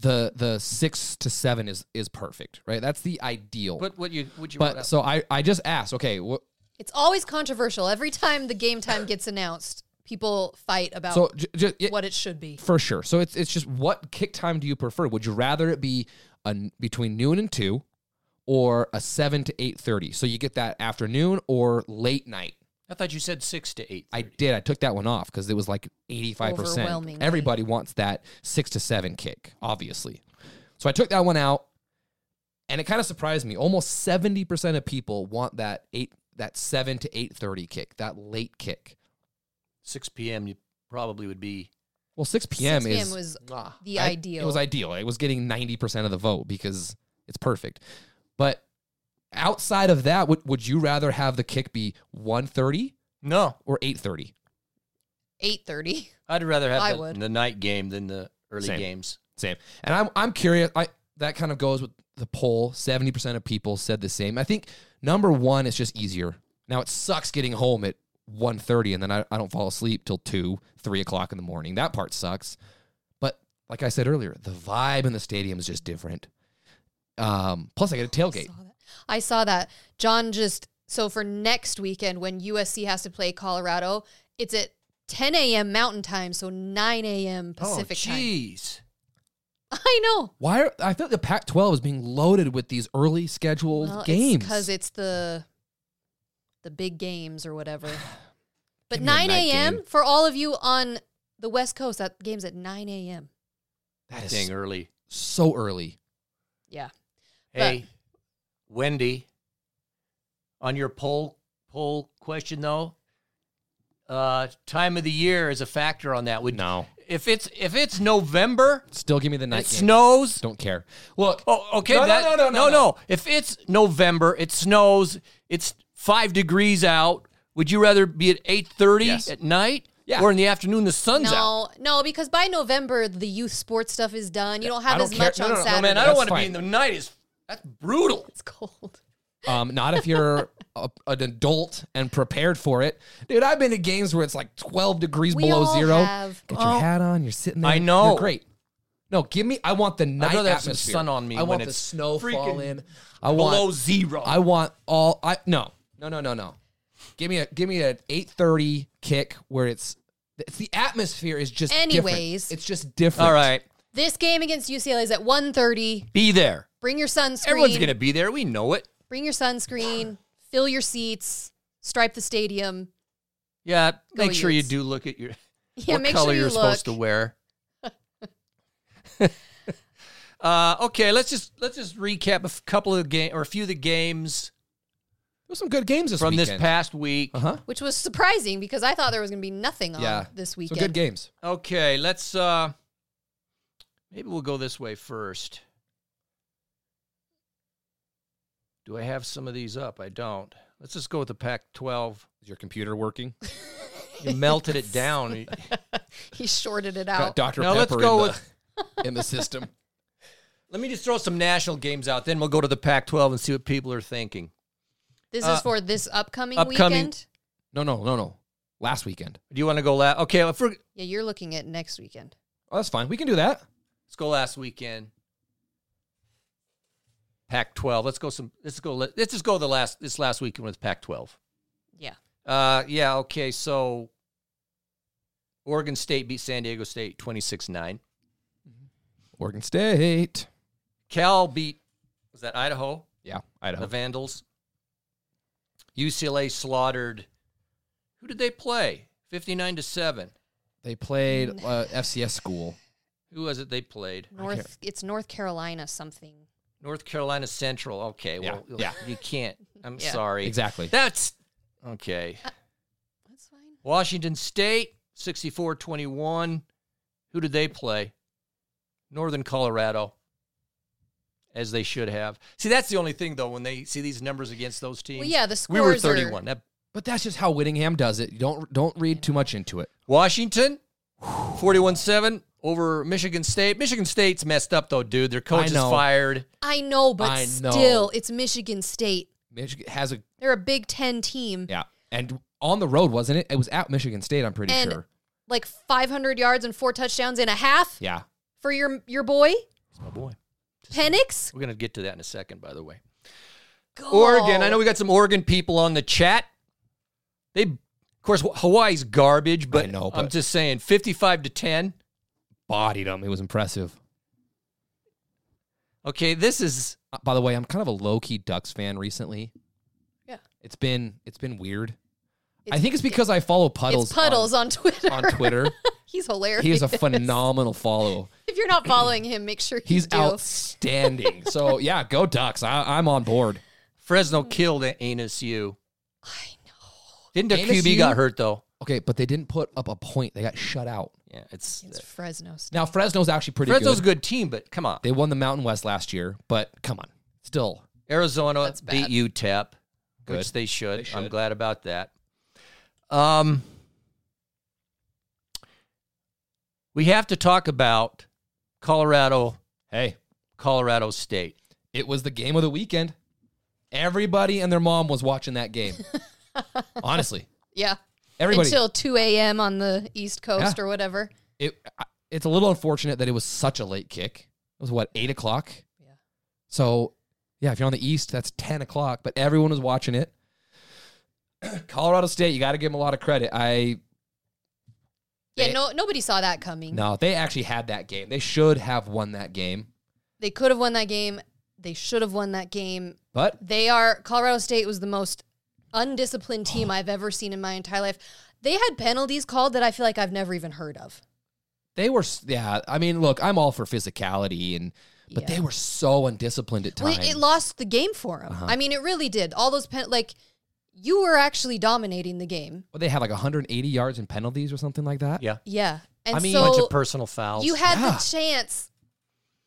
the the six to seven is is perfect, right? That's the ideal. What what you what you but want? so I I just asked, okay, what It's always controversial. Every time the game time gets announced, people fight about so j- j- yeah, what it should be. for sure. So it's it's just what kick time do you prefer? Would you rather it be a, between noon and two, or a seven to eight thirty? So you get that afternoon or late night. I thought you said six to eight. I did. I took that one off because it was like 85%. Overwhelmingly. Everybody wants that six to seven kick, obviously. So I took that one out and it kind of surprised me. Almost 70% of people want that eight that seven to eight thirty kick, that late kick. Six p.m. You probably would be. Well, six PM, 6 is was Ah. the I- ideal. It was ideal. It was getting 90% of the vote because it's perfect. But outside of that, would, would you rather have the kick be 130 No, or 830? eight thirty. I'd rather have I the, would. the night game than the early Same. games. Same. And I'm I'm curious. I that kind of goes with the poll. Seventy percent of people said the same. I think number one, it's just easier. Now it sucks getting home at 1.30 and then I, I don't fall asleep till two, three o'clock in the morning. That part sucks. But like I said earlier, the vibe in the stadium is just different. Um, plus I get a tailgate. I saw that. John just so for next weekend when USC has to play Colorado, it's at 10 a.m. Mountain time, so 9 a.m. Pacific oh, time. jeez. I know. Why are I feel like the Pac twelve is being loaded with these early scheduled games. because it's the the big games or whatever. But Give me a 9 night a.m. game. for all of you on the West Coast, that game's at 9 a.m. that is Dang early. so early. Yeah. But- Hey, Wendy. On your poll poll question though, uh, time of the year is a factor on that. Would No. if it's if it's November, Still give me the and night it game. snows. Don't care. Look, Oh, okay. No, no, that- no, no, no, no. If it's November, it snows, it's five degrees out. Would you rather be at eight thirty Yes. at night, Yeah. or in the afternoon the sun's out? No, no, because by November the youth sports stuff is done. You don't have don't as care. much No, on no, no, no, man, Saturday. Man, I don't That's want to be fine. in the night. Is that's brutal? it's cold. Um, not if you're a, an adult and prepared for it, dude. I've been to games where it's like 12 degrees We below all zero. have. Oh. Got your hat on. You're sitting there. I know. You're great. No, give me. I want the night rather have some atmosphere. sun on me I when want the it's snow freaking fall in. I Below want. zero. I want all. I no no no no no. Give me a give me an 8:30 kick where it's. It's the atmosphere is just different. Anyways. It's just different. All right, This game against UCLA is at 1.30. be there. Bring your sunscreen. Everyone's gonna be there. We know it. bring your sunscreen, fill your seats, stripe the stadium. Yeah, make sure Utes. you do look at your Yeah, what make color sure you you're look. supposed to wear. uh, okay, let's just let's just recap a f- couple of the game or a few of the games There's some good games this from weekend. this past week. Uh huh. Which was surprising because I thought there was going to be nothing on Yeah. this So weekend. good games. Okay, let's uh maybe we'll go this way first. Do I have some of these up? I don't. Let's just go with the Pac-12. Is your computer working? You melted it down. He shorted it Got out. Dr. Now let's Pepper go in, the, with- in the system. Let me just throw some national games out, then we'll go to the Pac-12 and see what people are thinking. This uh, is for this upcoming, upcoming- weekend. No, no, no, no. Last weekend. Do you want to go last? Okay, if we're, Yeah, you're looking at next weekend. Oh, that's fine. We can do that. Let's go last weekend. Pac 12. Let's go some. Let's go. Let's just go the last this last weekend with Pac 12. Yeah. Uh, yeah. Okay. So Oregon State beat San Diego State 26 9. Oregon State. Cal beat, was that Idaho? Yeah, Idaho. The Vandals. UCLA slaughtered. Who did they play? 59 to 7. They played uh, FCS school. Who was it they played? North it's North Carolina something. North Carolina Central. Okay, Yeah, well, yeah. you can't. I'm Yeah. sorry. Exactly. That's okay. That's fine. Washington State, 64 21. Who did they play? Northern Colorado, as they should have. See, that's the only thing, though, when they see these numbers against those teams. Well, yeah, the We were scores are- 31. That, But that's just how Whittingham does it. You Don't don't read too much into it. Washington, 41 7 over Michigan State. Michigan State's messed up, though, dude. Their coach is know. fired. I know, but I know. still, it's Michigan State. Michigan has a They're a Big Ten team. yeah, and on the road wasn't it? It was at Michigan State. I'm pretty And- sure. Like 500 yards and four touchdowns in a half Yeah, for your your boy It's my boy. Penix. We're going to get to that in a second, by the way. Go. Oregon. Oh. I know we got some Oregon people on the chat. They, of course, Hawaii's garbage, but, I know, I'm but- just saying 55 to 10. bodied him. It was impressive. Okay, this is Uh, By the way, I'm kind of a low key Ducks fan recently. Yeah. it's been it's been weird. I think it's because I follow Puddles. it's puddles on, Twitter. on, on Twitter. He's hilarious. he is a phenomenal follow. If you're not following him, make sure you He's do. outstanding. so yeah, go Ducks. I, I'm on board. Fresno killed at Anus U. I know. Didn't their Anus QB U? got hurt though? Okay, but they didn't put up a point. They got shut out. Yeah, it's, It's Fresno State. Now Fresno's actually pretty Fresno's good. a good team, but come on, They won the Mountain West last year, but come on, still Arizona That's beat bad. UTEP, which Good. they should. They should. I'm glad about that. Um, we have to talk about Colorado, hey, Colorado State. it was the game of the weekend. Everybody and their mom was watching that game. Honestly, Yeah. everybody. Until 2 a.m. on the East Coast Yeah. or whatever. it, I- it's a little unfortunate that it was such a late kick. It was what eight o'clock. Yeah. So yeah, if you're on the East, that's ten o'clock. But everyone was watching it. Colorado State, you got to give them a lot of credit. I Yeah, They- no, nobody saw that coming. no, they actually had that game. They should have won that game, They could have won that game. They should have won that game. but They are Colorado State was the most undisciplined team I've ever seen in my entire life. They had penalties called that I feel like I've never even heard of. They were, s- yeah. I mean, look, I'm all for physicality, and but Yeah. they were so undisciplined at Well, times. it- it lost the game for Uh-huh. them. I mean, it really did. All those pen like you were actually dominating the game. Well, they had like 180 yards in penalties or something like that. Yeah, Yeah, and I mean, so a bunch of personal fouls. you had Yeah. the chance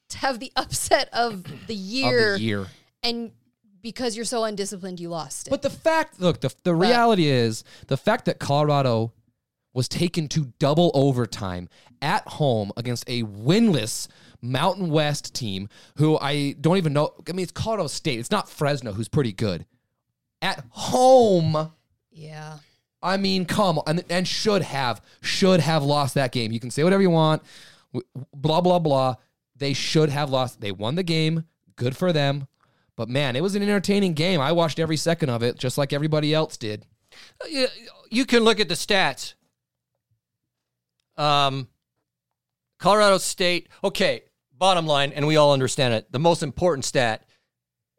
to have the upset of the of year, the year. and because you're so undisciplined, you lost it. But the fact, look, the the reality is the fact that Colorado was taken to double overtime at home against a winless Mountain West team who I don't even know. I mean, it's Colorado State. It's not Fresno, who's pretty good. At home, yeah, I mean, come on, and, and should have should have lost that game. You can say whatever you want, w- blah blah blah. They should have lost. They won the game. Good for them. But man, it was an entertaining game. I watched every second of it, just like everybody else did. you, you can look at the stats. Um, Colorado State. Okay, bottom line, and we all understand it. The most important stat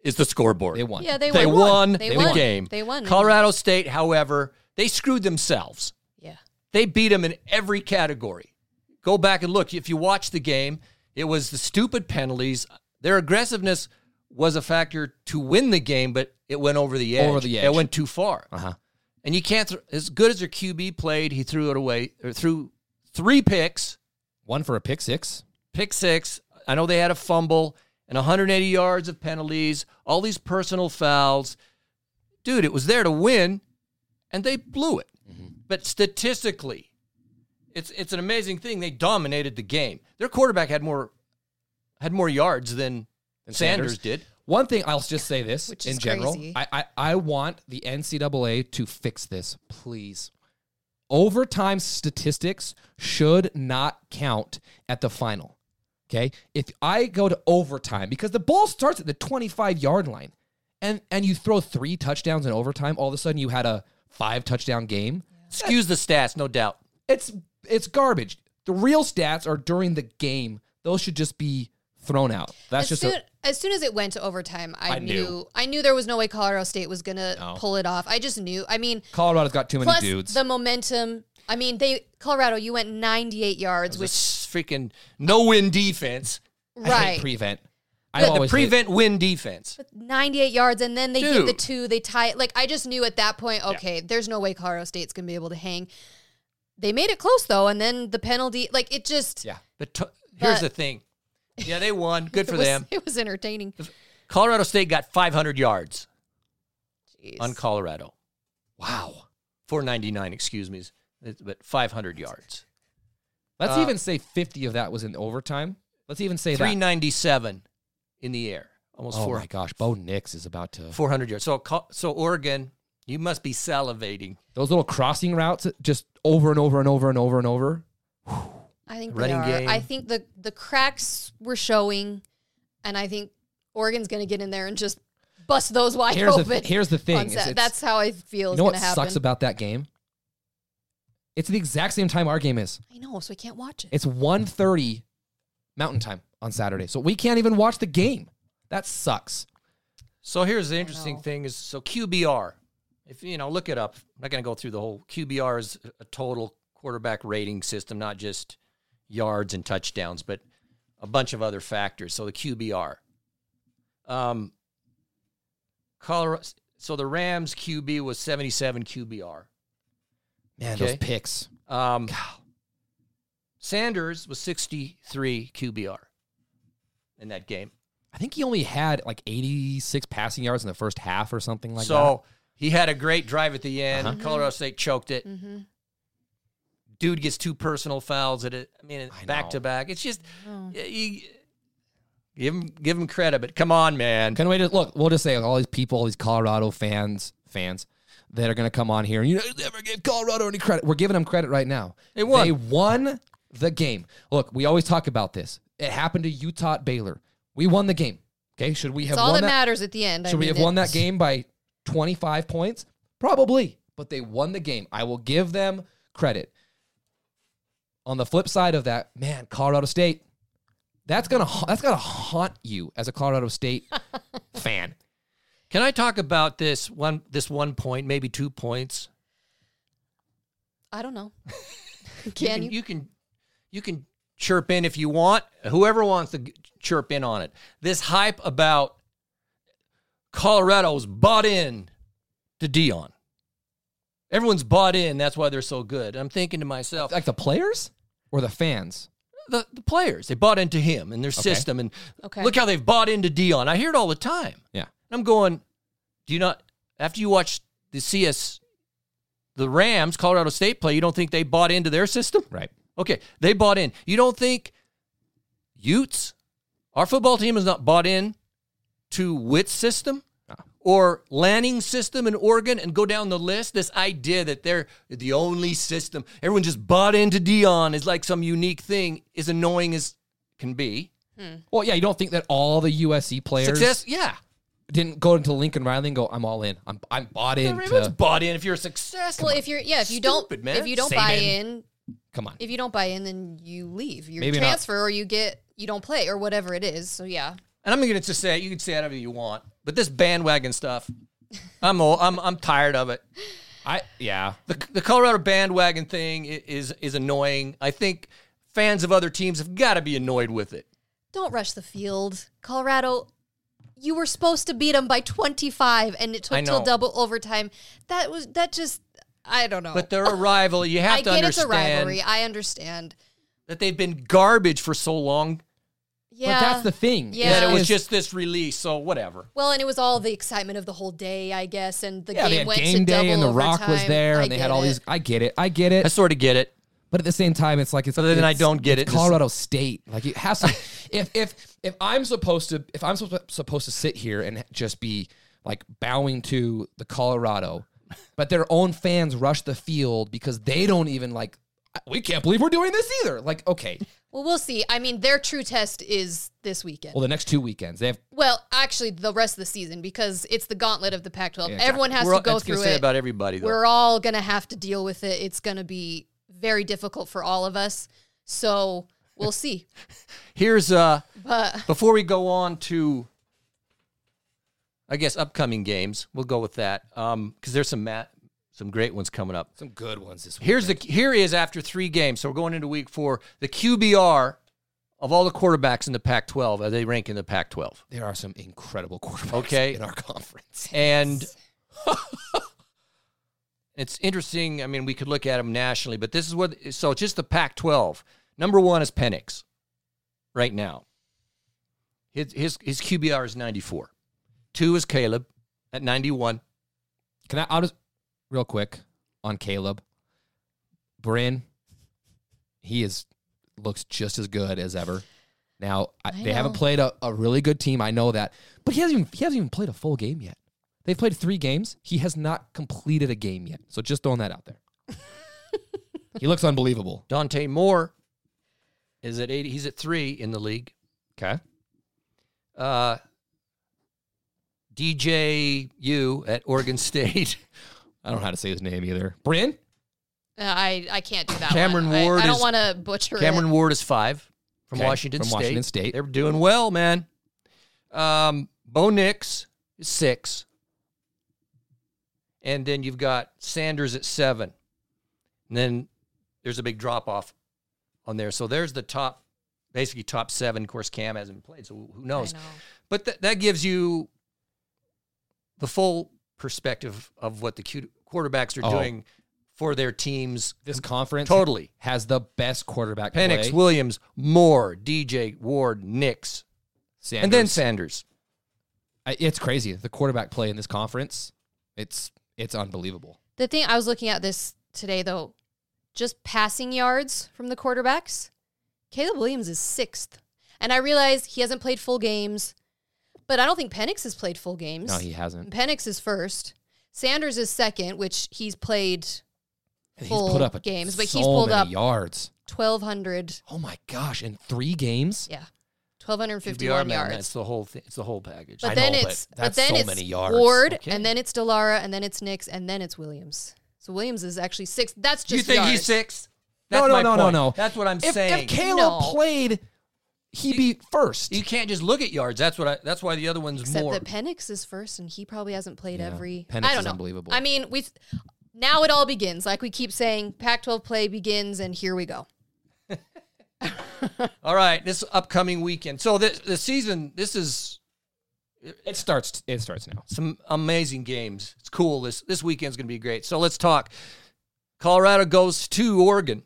is the scoreboard. They won. yeah, they, They won. won They the won. game. They won. Colorado State, however, they screwed themselves. Yeah, They beat them in every category. Go back and look. If you watch the game, it was the stupid penalties. Their aggressiveness was a factor to win the game, but it went over the edge. Over the edge. It went too far. Uh-huh. And you can't. Th- as good as their QB played, he threw it away or threw three picks, One for a pick six. pick six. I know they had a fumble and 180 yards of penalties, all these personal fouls. Dude, it was there to win, and they blew it. But statistically, it's it's an amazing thing. They dominated the game. Their quarterback had more had more yards than, Sanders. Sanders. did. One thing I'll just say this Which in is general, crazy. I, I I want the NCAA to fix this, please. Overtime statistics should not count at the final. Okay, if I go to overtime because the ball starts at the 25 yard line, and and you throw three touchdowns in overtime, all of a sudden you had a five touchdown game. Excuse the stats, no doubt. It's it's garbage. The real stats are during the game. Those should just be thrown out. That's as just soon a, as soon as it went to overtime, I, I knew, knew. I knew there was no way Colorado State was gonna No. pull it off. I just knew. I mean, Colorado's got too many plus dudes. the momentum. I mean, they Colorado, you went 98 yards, It was which freaking no win defense. I hate right, prevent. I've the always hated- prevent win defense. 98 yards, and then they get the Dude. two. They tie it. Like, I just knew at that point, okay, there's no way Colorado State's going to be able to hang. They made it close, though, and then the penalty, like, it just. Yeah. But t- here's But- the thing. Yeah, they won. Good for it was, them. It was entertaining. Colorado State got 500 yards Jeez. on Colorado. Wow. 499, excuse me, but 500 yards. Let's Uh, even say 50 of that was in overtime. Let's even say that. 397 in the air. Almost Oh four- my gosh, Bo Nix is about to. 400 yards. So Col- so Oregon, you must be salivating. Those little crossing routes, just over and over and over and over and over. I think they Running are. I game. think the the cracks were showing, and I think Oregon's going to get in there and just bust those wide Here's the, open. th- here's the on thing. is Sat- it's- That's how I feel you is know going what to happen. sucks about that game? It's the exact same time our game is. I know, so I can't watch it. It's 1.30 Mountain Time on Saturday. So we can't even watch the game. That sucks. So here's the interesting know. thing is so QBR. If you know, look it up. I'm not going to go through the whole QBR is a total quarterback rating system, not just yards and touchdowns, but a bunch of other factors. So the QBR. Um Colorado so the Rams QB was 77 QBR. Man, those Okay. picks. Um, Sanders was 63 QBR in that game. I think he only had like 86 passing yards in the first half or something like that. Uh-huh. so he had a great drive at the end. Colorado State choked it. Mm-hmm. Dude gets two personal fouls at it. I mean, I back know. to back. It's just y- you, give him give him credit, but come on, man. Can we just look? We'll just say all these people, all these Colorado fans, fans that are going to come on here. You know, never give Colorado any credit. We're giving them credit right now. They won. They won the game. Look, we always talk about this. It happened to Utah at Baylor. We won the game. Okay, should we have It's all won that, matters at the end. I Should we mean, have won it's- that game by 25 points? Probably, but they won the game. I will give them credit. On the flip side of that, man, Colorado State, that's gonna ha- that's gonna haunt you as a Colorado State fan. Can I talk about this one this one point, maybe two points? I don't know. Can you? you can you can chirp in if you want whoever wants to g- chirp in on it this hype about colorado's bought in to dion everyone's bought in that's why they're so good i'm thinking to myself Like the players or the fans. the, the players they bought into him and their system and Okay. look how they've bought into dion i hear it all the time Yeah, and I'm going, do you not, after you watch the CS, the Rams, Colorado State play, you don't think they bought into their system? right. Okay, they bought in. You don't think Utes, our football team is not bought in to Witt's system or Lanning's system in Oregon and go down the list? This idea that they're the only system, everyone just bought into Dion is like some unique thing, is annoying as can be. Well, yeah, you don't think that all the USC players Success, yeah. didn't go into Lincoln Riley and go, "I'm all in. I'm I'm bought in." Everyone's bought in if you're successful. Well, if you're yeah, if you don't Stupid, man. if you don't Saban. buy in, Come on, if you don't buy in, then you leave. You Maybe not. transfer, or you get you don't play, or whatever it is. So yeah, and I'm going to just say it, you can say whatever you want, but this bandwagon stuff, I'm old, I'm I'm tired of it. I yeah. The, the Colorado bandwagon thing i- is is annoying. I think fans of other teams have got to be annoyed with it. don't rush the field, Colorado. You were supposed to beat them by 25, and it I took till know. double overtime. That was that just I don't know. But they're a rival. You have I to get it's a rivalry. understand I understand. that they've been garbage for so long Yeah, But that's the thing. Yeah. that it was Is- just this release. So whatever. well, and it was all the excitement of the whole day, I guess, and the Yeah, game they had went game to day, double and The Rock was overtime. there, I and they had get all it. these. I get it, I get it, I sort of get it. but at the same time, it's like it's. But then I it's- don't get it's it. Colorado State, like you have some. if if if I'm supposed to, if I'm supp- supposed to sit here and just be like bowing to the Colorado, but their own fans rush the field because they don't even like. We can't believe we're doing this either. Like, okay, Well, we'll see. I mean, their true test is this weekend. well, Well, the next two weekends they have. actually, the rest of the season because it's the gauntlet of the Pac-12. exactly. Everyone has We're all- to go it's gonna through say it. about everybody though. We're all gonna have to deal with it. It's gonna be very difficult for all of us. So we'll see. Here's uh But before we go on to I guess upcoming games, we'll go with that because there's some ma- some great ones coming up. Some good ones this week. Here's the here is after three games, so we're going into week four. The QBR of all the quarterbacks in the Pac 12, are they rank in the Pac 12? There are some incredible quarterbacks Okay. in our conference. And it's interesting. I mean, we could look at them nationally, but this is what. So just the Pac-12. Number one is Penix, right now. His his his QBR is 94. Two is Caleb at 91. Can I? I'll just real quick on Caleb. Bryn, he is looks just as good as ever. Now I, I they haven't know. played a, a really good team. I know that, but he hasn't even, he hasn't even played a full game yet. They've played three games. He has not completed a game yet. So just throwing that out there. he looks unbelievable. Dante Moore is at 80. He's at three in the league. Okay. Uh, DJU at Oregon State. I don't know how to say his name either. Bryn, Uh, I I can't do that. Cameron one. I- Ward I, don't is- want to butcher Cameron it. Ward is five from Okay, Washington from State. Washington State. They're doing well, man. Um, Bo Nix is six. And then you've got Sanders at seven. And then there's a big drop off on there. So there's the top, basically top seven. Of course, Cam hasn't played, so who I knows? know. But th- that gives you the full perspective of what the cu- quarterbacks are Oh. doing for their teams this conference totally. has the best quarterback. Penix, play. Williams, Moore, DJ, Ward, Nix, Sanders. and then Sanders. I- it's crazy. The quarterback play in this conference, it's it's unbelievable. The thing I was looking at this today though, just passing yards from the quarterbacks. Caleb Williams is sixth, and I realize he hasn't played full games, but I don't think Penix has played full games. No, he hasn't. Penix is first. Sanders is second, which he's played And full he's put up a, games, but he's so pulled many up- yards. twelve hundred. Oh my gosh! In three games, Yeah, twelve hundred QBR, fifty-one man, yards. That's the whole thing. It's the whole package. But I then know, but it's but, that's then so it's many yards. Ward, Okay. and then it's Delara, and then it's Nix, and then it's Williams. So Williams is actually sixth. That's just you think yards. he's sixth? No, That's no, my no, no, point. no. That's what I'm if, saying. if Caleb No. played, he'd be first. you can't just look at yards. That's what I. That's why the other one's Except more. that Penix is first, and he probably hasn't played Yeah, every. Penix I don't is know. unbelievable. I mean, we now it all begins. Like we keep saying, Pac-12 play begins, and here we go. All right, this upcoming weekend. So the the season. This is It starts. It starts now. some amazing games. It's cool. This this weekend's going to be great. So let's talk. Colorado goes to Oregon.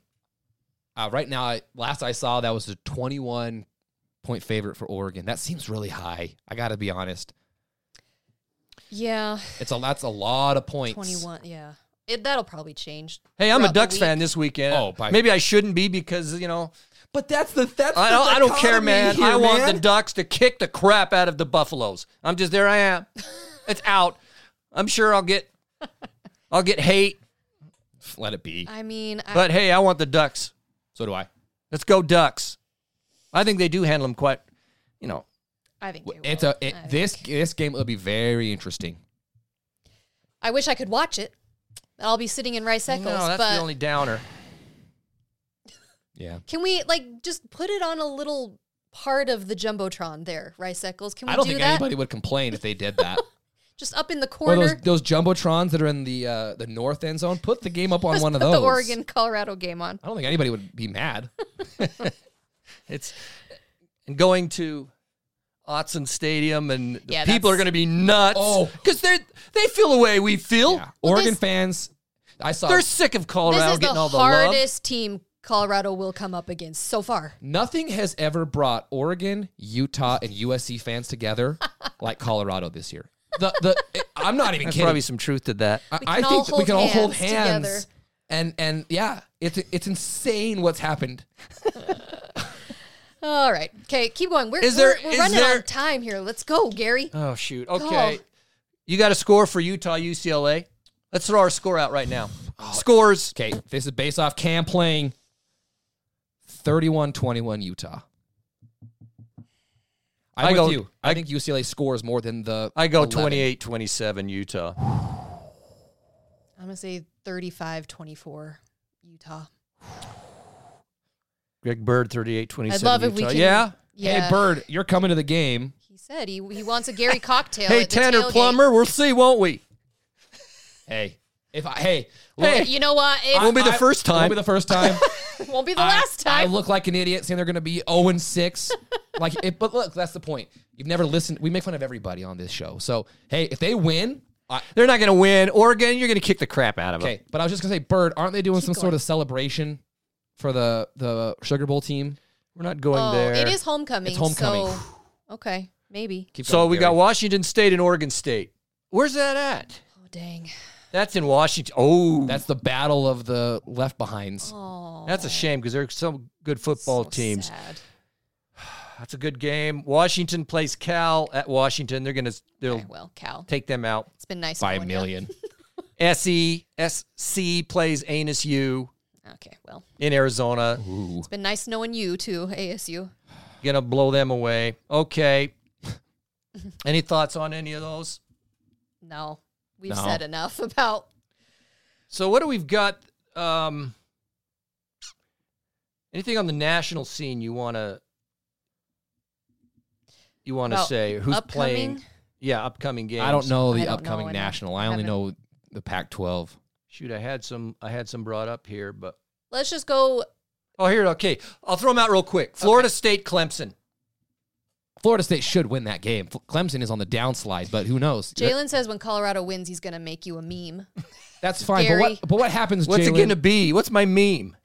Uh, right now, I, last I saw, that was a 21 point favorite for Oregon. That seems really high. I got to be honest. Yeah, It's a that's a lot of points. twenty-one. Yeah, it, that'll probably change. Hey, I'm a throughout the Ducks week. fan this weekend. Oh, by- maybe I shouldn't be because you know But that's the that's I the don't, I don't care, dichotomy man. here, I want man. the Ducks to kick the crap out of the Buffaloes. I'm just there. I am. It's out. I'm sure I'll get, I'll get hate. Let it be. I mean, I, But hey, I want the Ducks. So do I. Let's go Ducks. I think they do handle them quite. You know, I think they It's will. Oh, a it, I this think. this game will be very interesting. I wish I could watch it. I'll be sitting in Rice Eccles, no, that's but the only downer. Yeah. Can we like just put it on a little part of the jumbotron there, Rice Eccles? Can we I don't do think that? anybody would complain if they did that. just up in the or corner. those those jumbotrons that are in the uh, the north end zone. Put the game up on Just one of put those. The Oregon Colorado game on. I don't think anybody would be mad. It's and going to Otson Stadium and the Yeah, people that's- are going to be nuts. Oh. because they they feel the way we feel. Yeah. Oregon this- fans, I saw They're sick of Oh, This Colorado is the getting all the love. hardest team Colorado will come up against so far. nothing has ever brought Oregon, Utah, and USC fans together like Colorado this year. The the I'm not even There's kidding. probably some truth to that. I, We I can all think that we hold can all hold hands hands. together. And and yeah, it's it's insane what's happened. All right. Okay, keep going. We're, Is there- we're, we're is running there- on time here. Let's go, Gary. Uh, Oh shoot. Okay. You got a score for Utah UCLA? Let's throw our score out right now. Oh, Scores. Okay, this is based off Cam playing 31-21 Utah. I'm I with go- you. I, think UCLA scores more than the I go 11. 28-27 Utah. I'm going to say 35-24 Utah. Greg Bird 38-27 I'd love Utah. if we can yeah. Yeah. Hey Bird, you're coming to the game. He said he, he wants a Gary cocktail. Hey at the Tanner tailgate. Plummer, we'll see, won't we? Hey. If I hey, Hey, You know what? If, Won't be the I- first time. Won't be the first time. Won't be the I- last I, time. look like an idiot saying they're going to be 0 and 6. like, it, but look, that's the point. You've never listened. We make fun of everybody on this show. So, hey, if they win, I, They're not going to win. Oregon, you're going to kick the crap out of them. okay. But I was just going to say, Bird, aren't they doing some going. sort of celebration for the the Sugar Bowl team? We're not going oh, there. it is homecoming. It's homecoming. So, okay, maybe. Keep so going, we got Gary. Washington State and Oregon State. Where's that at? Oh dang. That's in Washington. Oh, That's the battle of the left behinds. Oh, that's a shame because there's some good football so teams. sad. That's a good game. Washington plays Cal at Washington. They're going to they'll Okay, well, Cal, take them out. it's been nice By a knowing ya. million. SE SC E, plays Anus U Okay, well, in Arizona. Ooh. it's been nice knowing you too, ASU. Going to blow them away. Okay. any thoughts on any of those? No, we've No. said enough about So what do we've got? Um, anything on the national scene you want to you want to About say? Who's upcoming? playing? Yeah, upcoming games. I don't know I the don't know, upcoming and I national. I only haven't- know the Pac 12. Shoot, I had some. I had some brought up here, but Let's just go. oh, here. Okay, I'll throw them out real quick. Florida State, Clemson. Florida State should win that game. F- Clemson is on the downslide, but who knows? Jalen says when Colorado wins, he's gonna make you a meme. That's fine. But Gary. what, but what happens, What's it Jalen? going to be? What's my meme?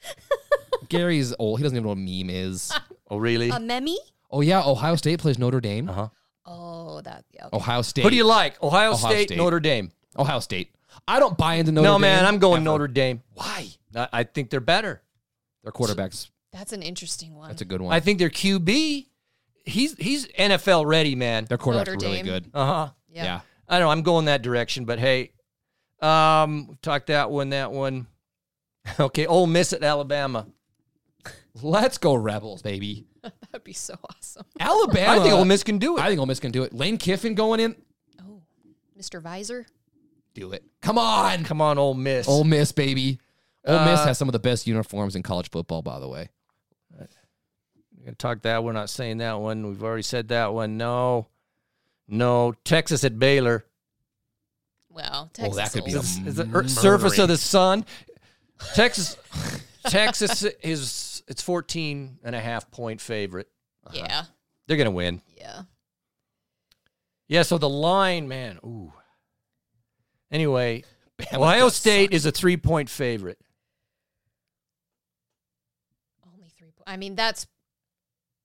Gary's old. He doesn't even know what a meme is. Oh, really? a meme? oh, yeah. Ohio State plays Notre Dame. Uh-huh. Oh, that. Yeah, okay. Ohio State. Who do you like? Ohio, Ohio State, State. Notre Dame. Ohio State. I don't buy into Notre no, Dame. man, I'm going ever. Notre Dame. Why? I, I think they're better. Their quarterback's. That's an interesting one. That's a good one. I think their QB. He's he's NFL ready, man. Their quarterback's Notre really Dame. good. Uh huh. yeah. yeah. I don't know. I'm going that direction, but hey, um, we've talked that one, that one. Okay, Ole Miss at Alabama. Let's go Rebels, baby. That'd be so awesome. Alabama. I think Ole Miss can do it. I think Ole Miss can do it. Lane Kiffin going in. Oh, Mr. Visor. Do it. Come on. Come on, Ole Miss. Ole Miss, baby. Ole Miss Uh, has some of the best uniforms in college football, by the way. We're gonna talk that. We're not saying that one. We've already said that one. No, no. Texas at Baylor. Wow, Oh, Texas. that could be will- a It's, it's the ear- surface of the sun. Texas, Texas is it's 14 and a half point favorite. yeah, They're gonna win. yeah. Yeah, so the line, man. Ooh. Anyway, Ohio does State is a three point favorite. Only three. po- I mean, that's.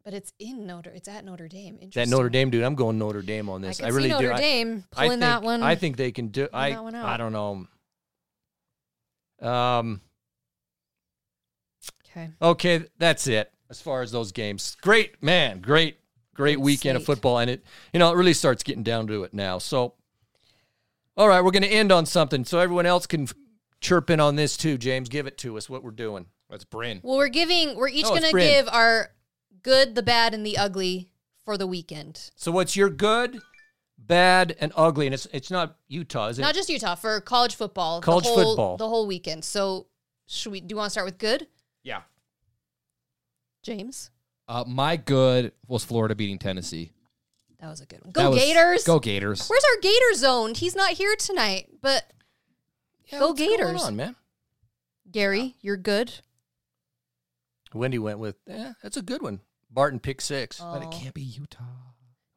But it's in Notre. It's at Notre Dame. Interesting. That Notre Dame dude, I'm going Notre Dame on I this. can I, really see Notre do. I- Dame I, pulling think, that one. I think they can do. I that one I out. don't know. Um. Okay. Okay, that's it as far as those games. Great man, great, great Great weekend of slate. football, and it you know it really starts getting down to it now. So, all right, we're going to end on something so everyone else can chirp in on this too. James, give it to us. What we're doing. That's Bryn. Well, we're giving. We're each No, it's gonna Bryn. give our good, the bad, and the ugly for the weekend. So what's your good, bad, and ugly? And it's it's not Utah, is it? Not just Utah for college football. College the whole, football. the whole weekend. So, should we? Do you want to start with good, Yeah. James? Uh, my good was Florida beating Tennessee. That was a good one. That Go was- Gators. Go Gators. Where's our Gator zone? He's not here tonight, but Yeah, go what's going Gators. on, man. Gary, you're good. Wendy went with eh, that's a good one. Barton pick six. But it Oh. can't be Utah.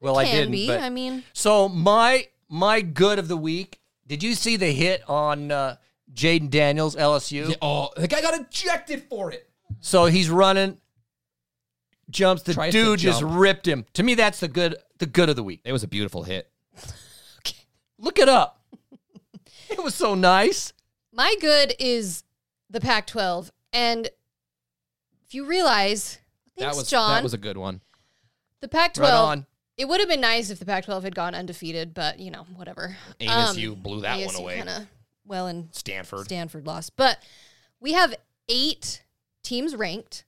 well, I Can didn't. be. but- I mean, so my my good of the week. Did you see the hit on uh, Jaden Daniels LSU? Yeah, oh, the guy got ejected for it. So he's running, jumps. The Tries to dude just jump. ripped him. To me, that's the good the good of the week. It was a beautiful hit. Look it up. it was so nice. my good is the Pac 12. And if you realize, thanks, that was John, that was a good one. the Pac Right 12, on. it would have been nice if the Pac 12 had gone undefeated, but you know, whatever. Um, ASU blew that one away. Kinda, well, and Stanford. Stanford lost. But we have eight teams ranked,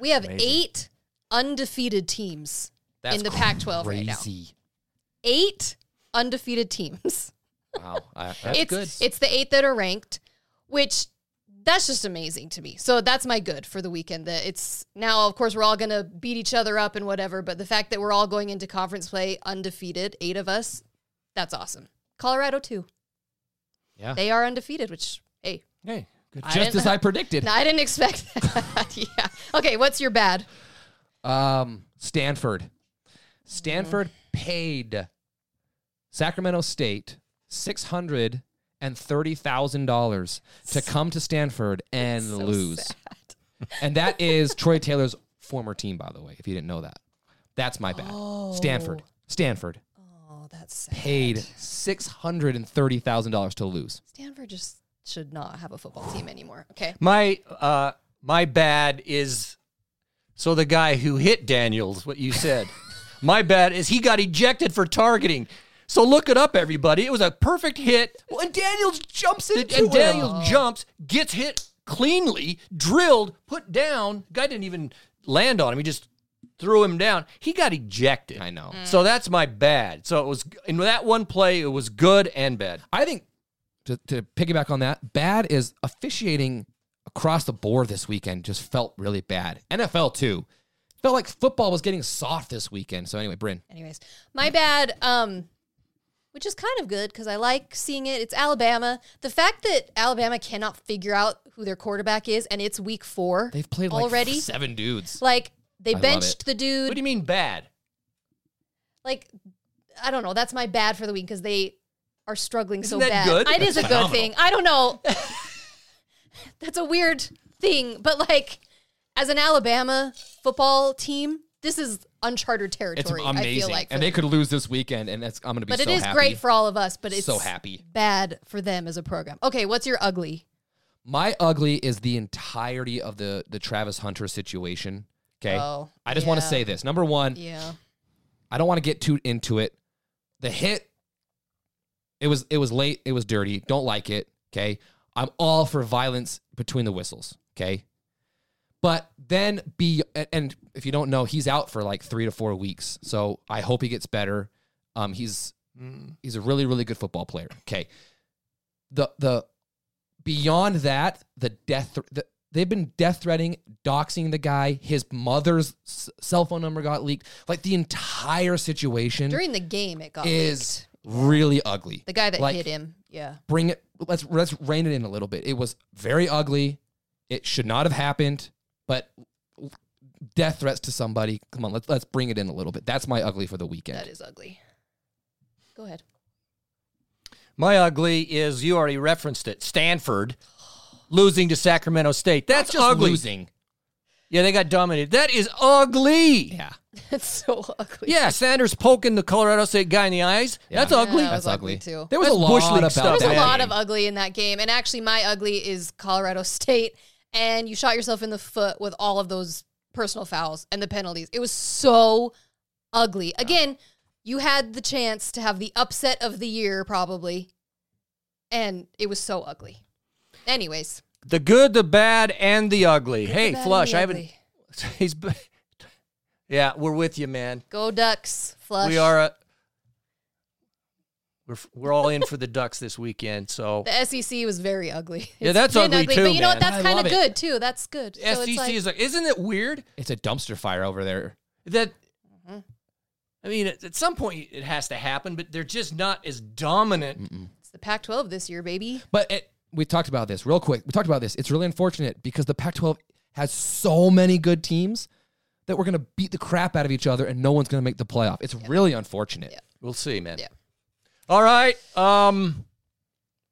we have amazing. eight undefeated teams That's in the Pac 12 right now. crazy. Eight undefeated teams. Wow. I, that's it's good. it's the eight that are ranked, which that's just amazing to me. So that's my good for the weekend. That it's now, of course, we're all gonna beat each other up and whatever. But the fact that we're all going into conference play undefeated, eight of us, that's awesome. Colorado too. Yeah. they are undefeated, which hey, Hey, Just as I predicted. No, I didn't expect that. yeah. Okay, what's your bad? Um, Stanford. Stanford paid Sacramento State six hundred and thirty thousand dollars to come to Stanford and So lose, sad. and that is Troy Taylor's former team, by the way. If you didn't know that, that's my bad. Stanford, Stanford Oh, that's sad. paid six hundred and thirty thousand dollars to lose. Stanford just should not have a football team anymore. Okay. My uh my bad is so the guy who hit Daniels, what you said. my bad is he got ejected for targeting. So look it up, everybody. It was a perfect hit. Well, and Daniels jumps in. And Daniels jumps, gets hit cleanly, drilled, put down. Guy didn't even land on him. He just threw him down. He got ejected. I know. So that's my bad. So it was in that one play, it was good and bad. I think to, to piggyback on that, bad is officiating across the board this weekend just felt really bad. NFL too. Felt like football was getting soft this weekend. So anyway, Bryn. Anyways, my bad. Um, which is kind of good because I like seeing it. It's Alabama. The fact that Alabama cannot figure out who their quarterback is, and it's week four. They've played like already. seven dudes. like they love benched the What dude. do you mean bad? like I don't know. That's my bad for the week because they are struggling so Isn't that bad. good? It is a That's good phenomenal. thing. I don't know. that's a weird thing, but like as an Alabama football team, this is uncharted It's territory. amazing. I feel like, for and they them. could lose this weekend and that's I'm gonna be but so it is happy. great for all of us. But it's So happy. bad for them as a program. Okay, what's your ugly? My ugly is the entirety of the the Travis Hunter situation. Okay. Oh, I just want to yeah. say this. Number one, Yeah, I don't want to get too into it. The hit, it was it was late. It was dirty. Don't like it. Okay, I'm all for violence between the whistles. Okay, but then be and- and if you don't know, he's out for like three to four weeks. So I hope he gets better. Um, he's he's a really really good football player. Okay, the the beyond that, the death the, they've been death threatening, doxing the guy. His mother's s- cell phone number got leaked. Like the entire situation during the game it got leaked. is really ugly. the guy that like- hit him. Yeah, Bring it. Let's let's rein it in a little bit. It was very ugly. It should not have happened. But death threats to somebody. Come on, let's let's bring it in a little bit. That's my ugly for the weekend. that is ugly. Go ahead. My ugly is you already referenced it. Stanford losing to Sacramento State. That's just ugly. losing. Yeah, they got dominated. That is ugly. Yeah, That's so ugly. Yeah, Sanders poking the Colorado State guy in the eyes. Yeah. That's Yeah, ugly. that that's was ugly ugly. too. There was That's a lot Bush League about stuff. that. There's a lot game. of ugly in that game, and actually, my ugly is Colorado State, and you shot yourself in the foot with all of those personal fouls and the penalties. It was so ugly. Again, you had the chance to have the upset of the year, probably, and it was so ugly. Anyways, The good, the bad, and the ugly. hey, the bad Flush, and the I haven't. ugly. He's. b- Yeah, we're with you, man. go Ducks, flush. We are. A, we're f- we're all in for the Ducks this weekend. So The SEC was very ugly. Yeah, It's that's been ugly too, But you know what? man. That's I kind love of it. good too. That's good. So SEC it's like, E is like, isn't it weird It's a dumpster fire over there. that? I mean, at, at some point it has to happen, but they're just not as dominant. it's the Pac-12 this year, baby. But it, we talked about this real quick. We talked about this. It's really unfortunate because the Pac 12 has so many good teams that we're going to beat the crap out of each other and no one's going to make the playoff. It's really unfortunate. We'll see, man. Yeah. All right. Um,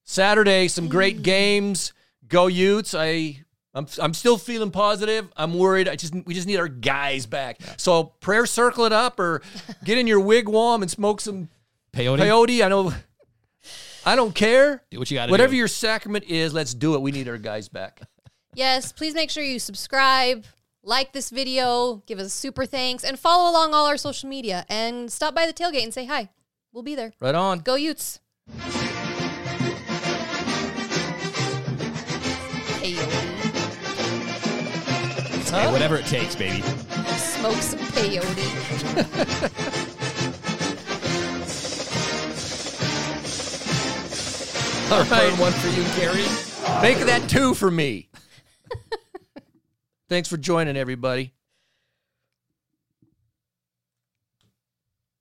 Saturday, some great games. Go Utes! I I'm I'm still feeling positive. I'm worried. I just we just need our guys back. So prayer circle it up or get in your wigwam and smoke some Peyote, peyote. I know. I don't care. do what you got to do. Whatever your sacrament is, let's do it. We need our guys back. Yes, please make sure you subscribe, like this video, give us super thanks, and follow along all our social media. And stop by the tailgate and say hi. We'll be there. Right on. Go Utes. Peyote. Hey, whatever it takes, baby. Smoke some peyote. All right. One for you, Gary. Make that two for me. Thanks for joining, everybody.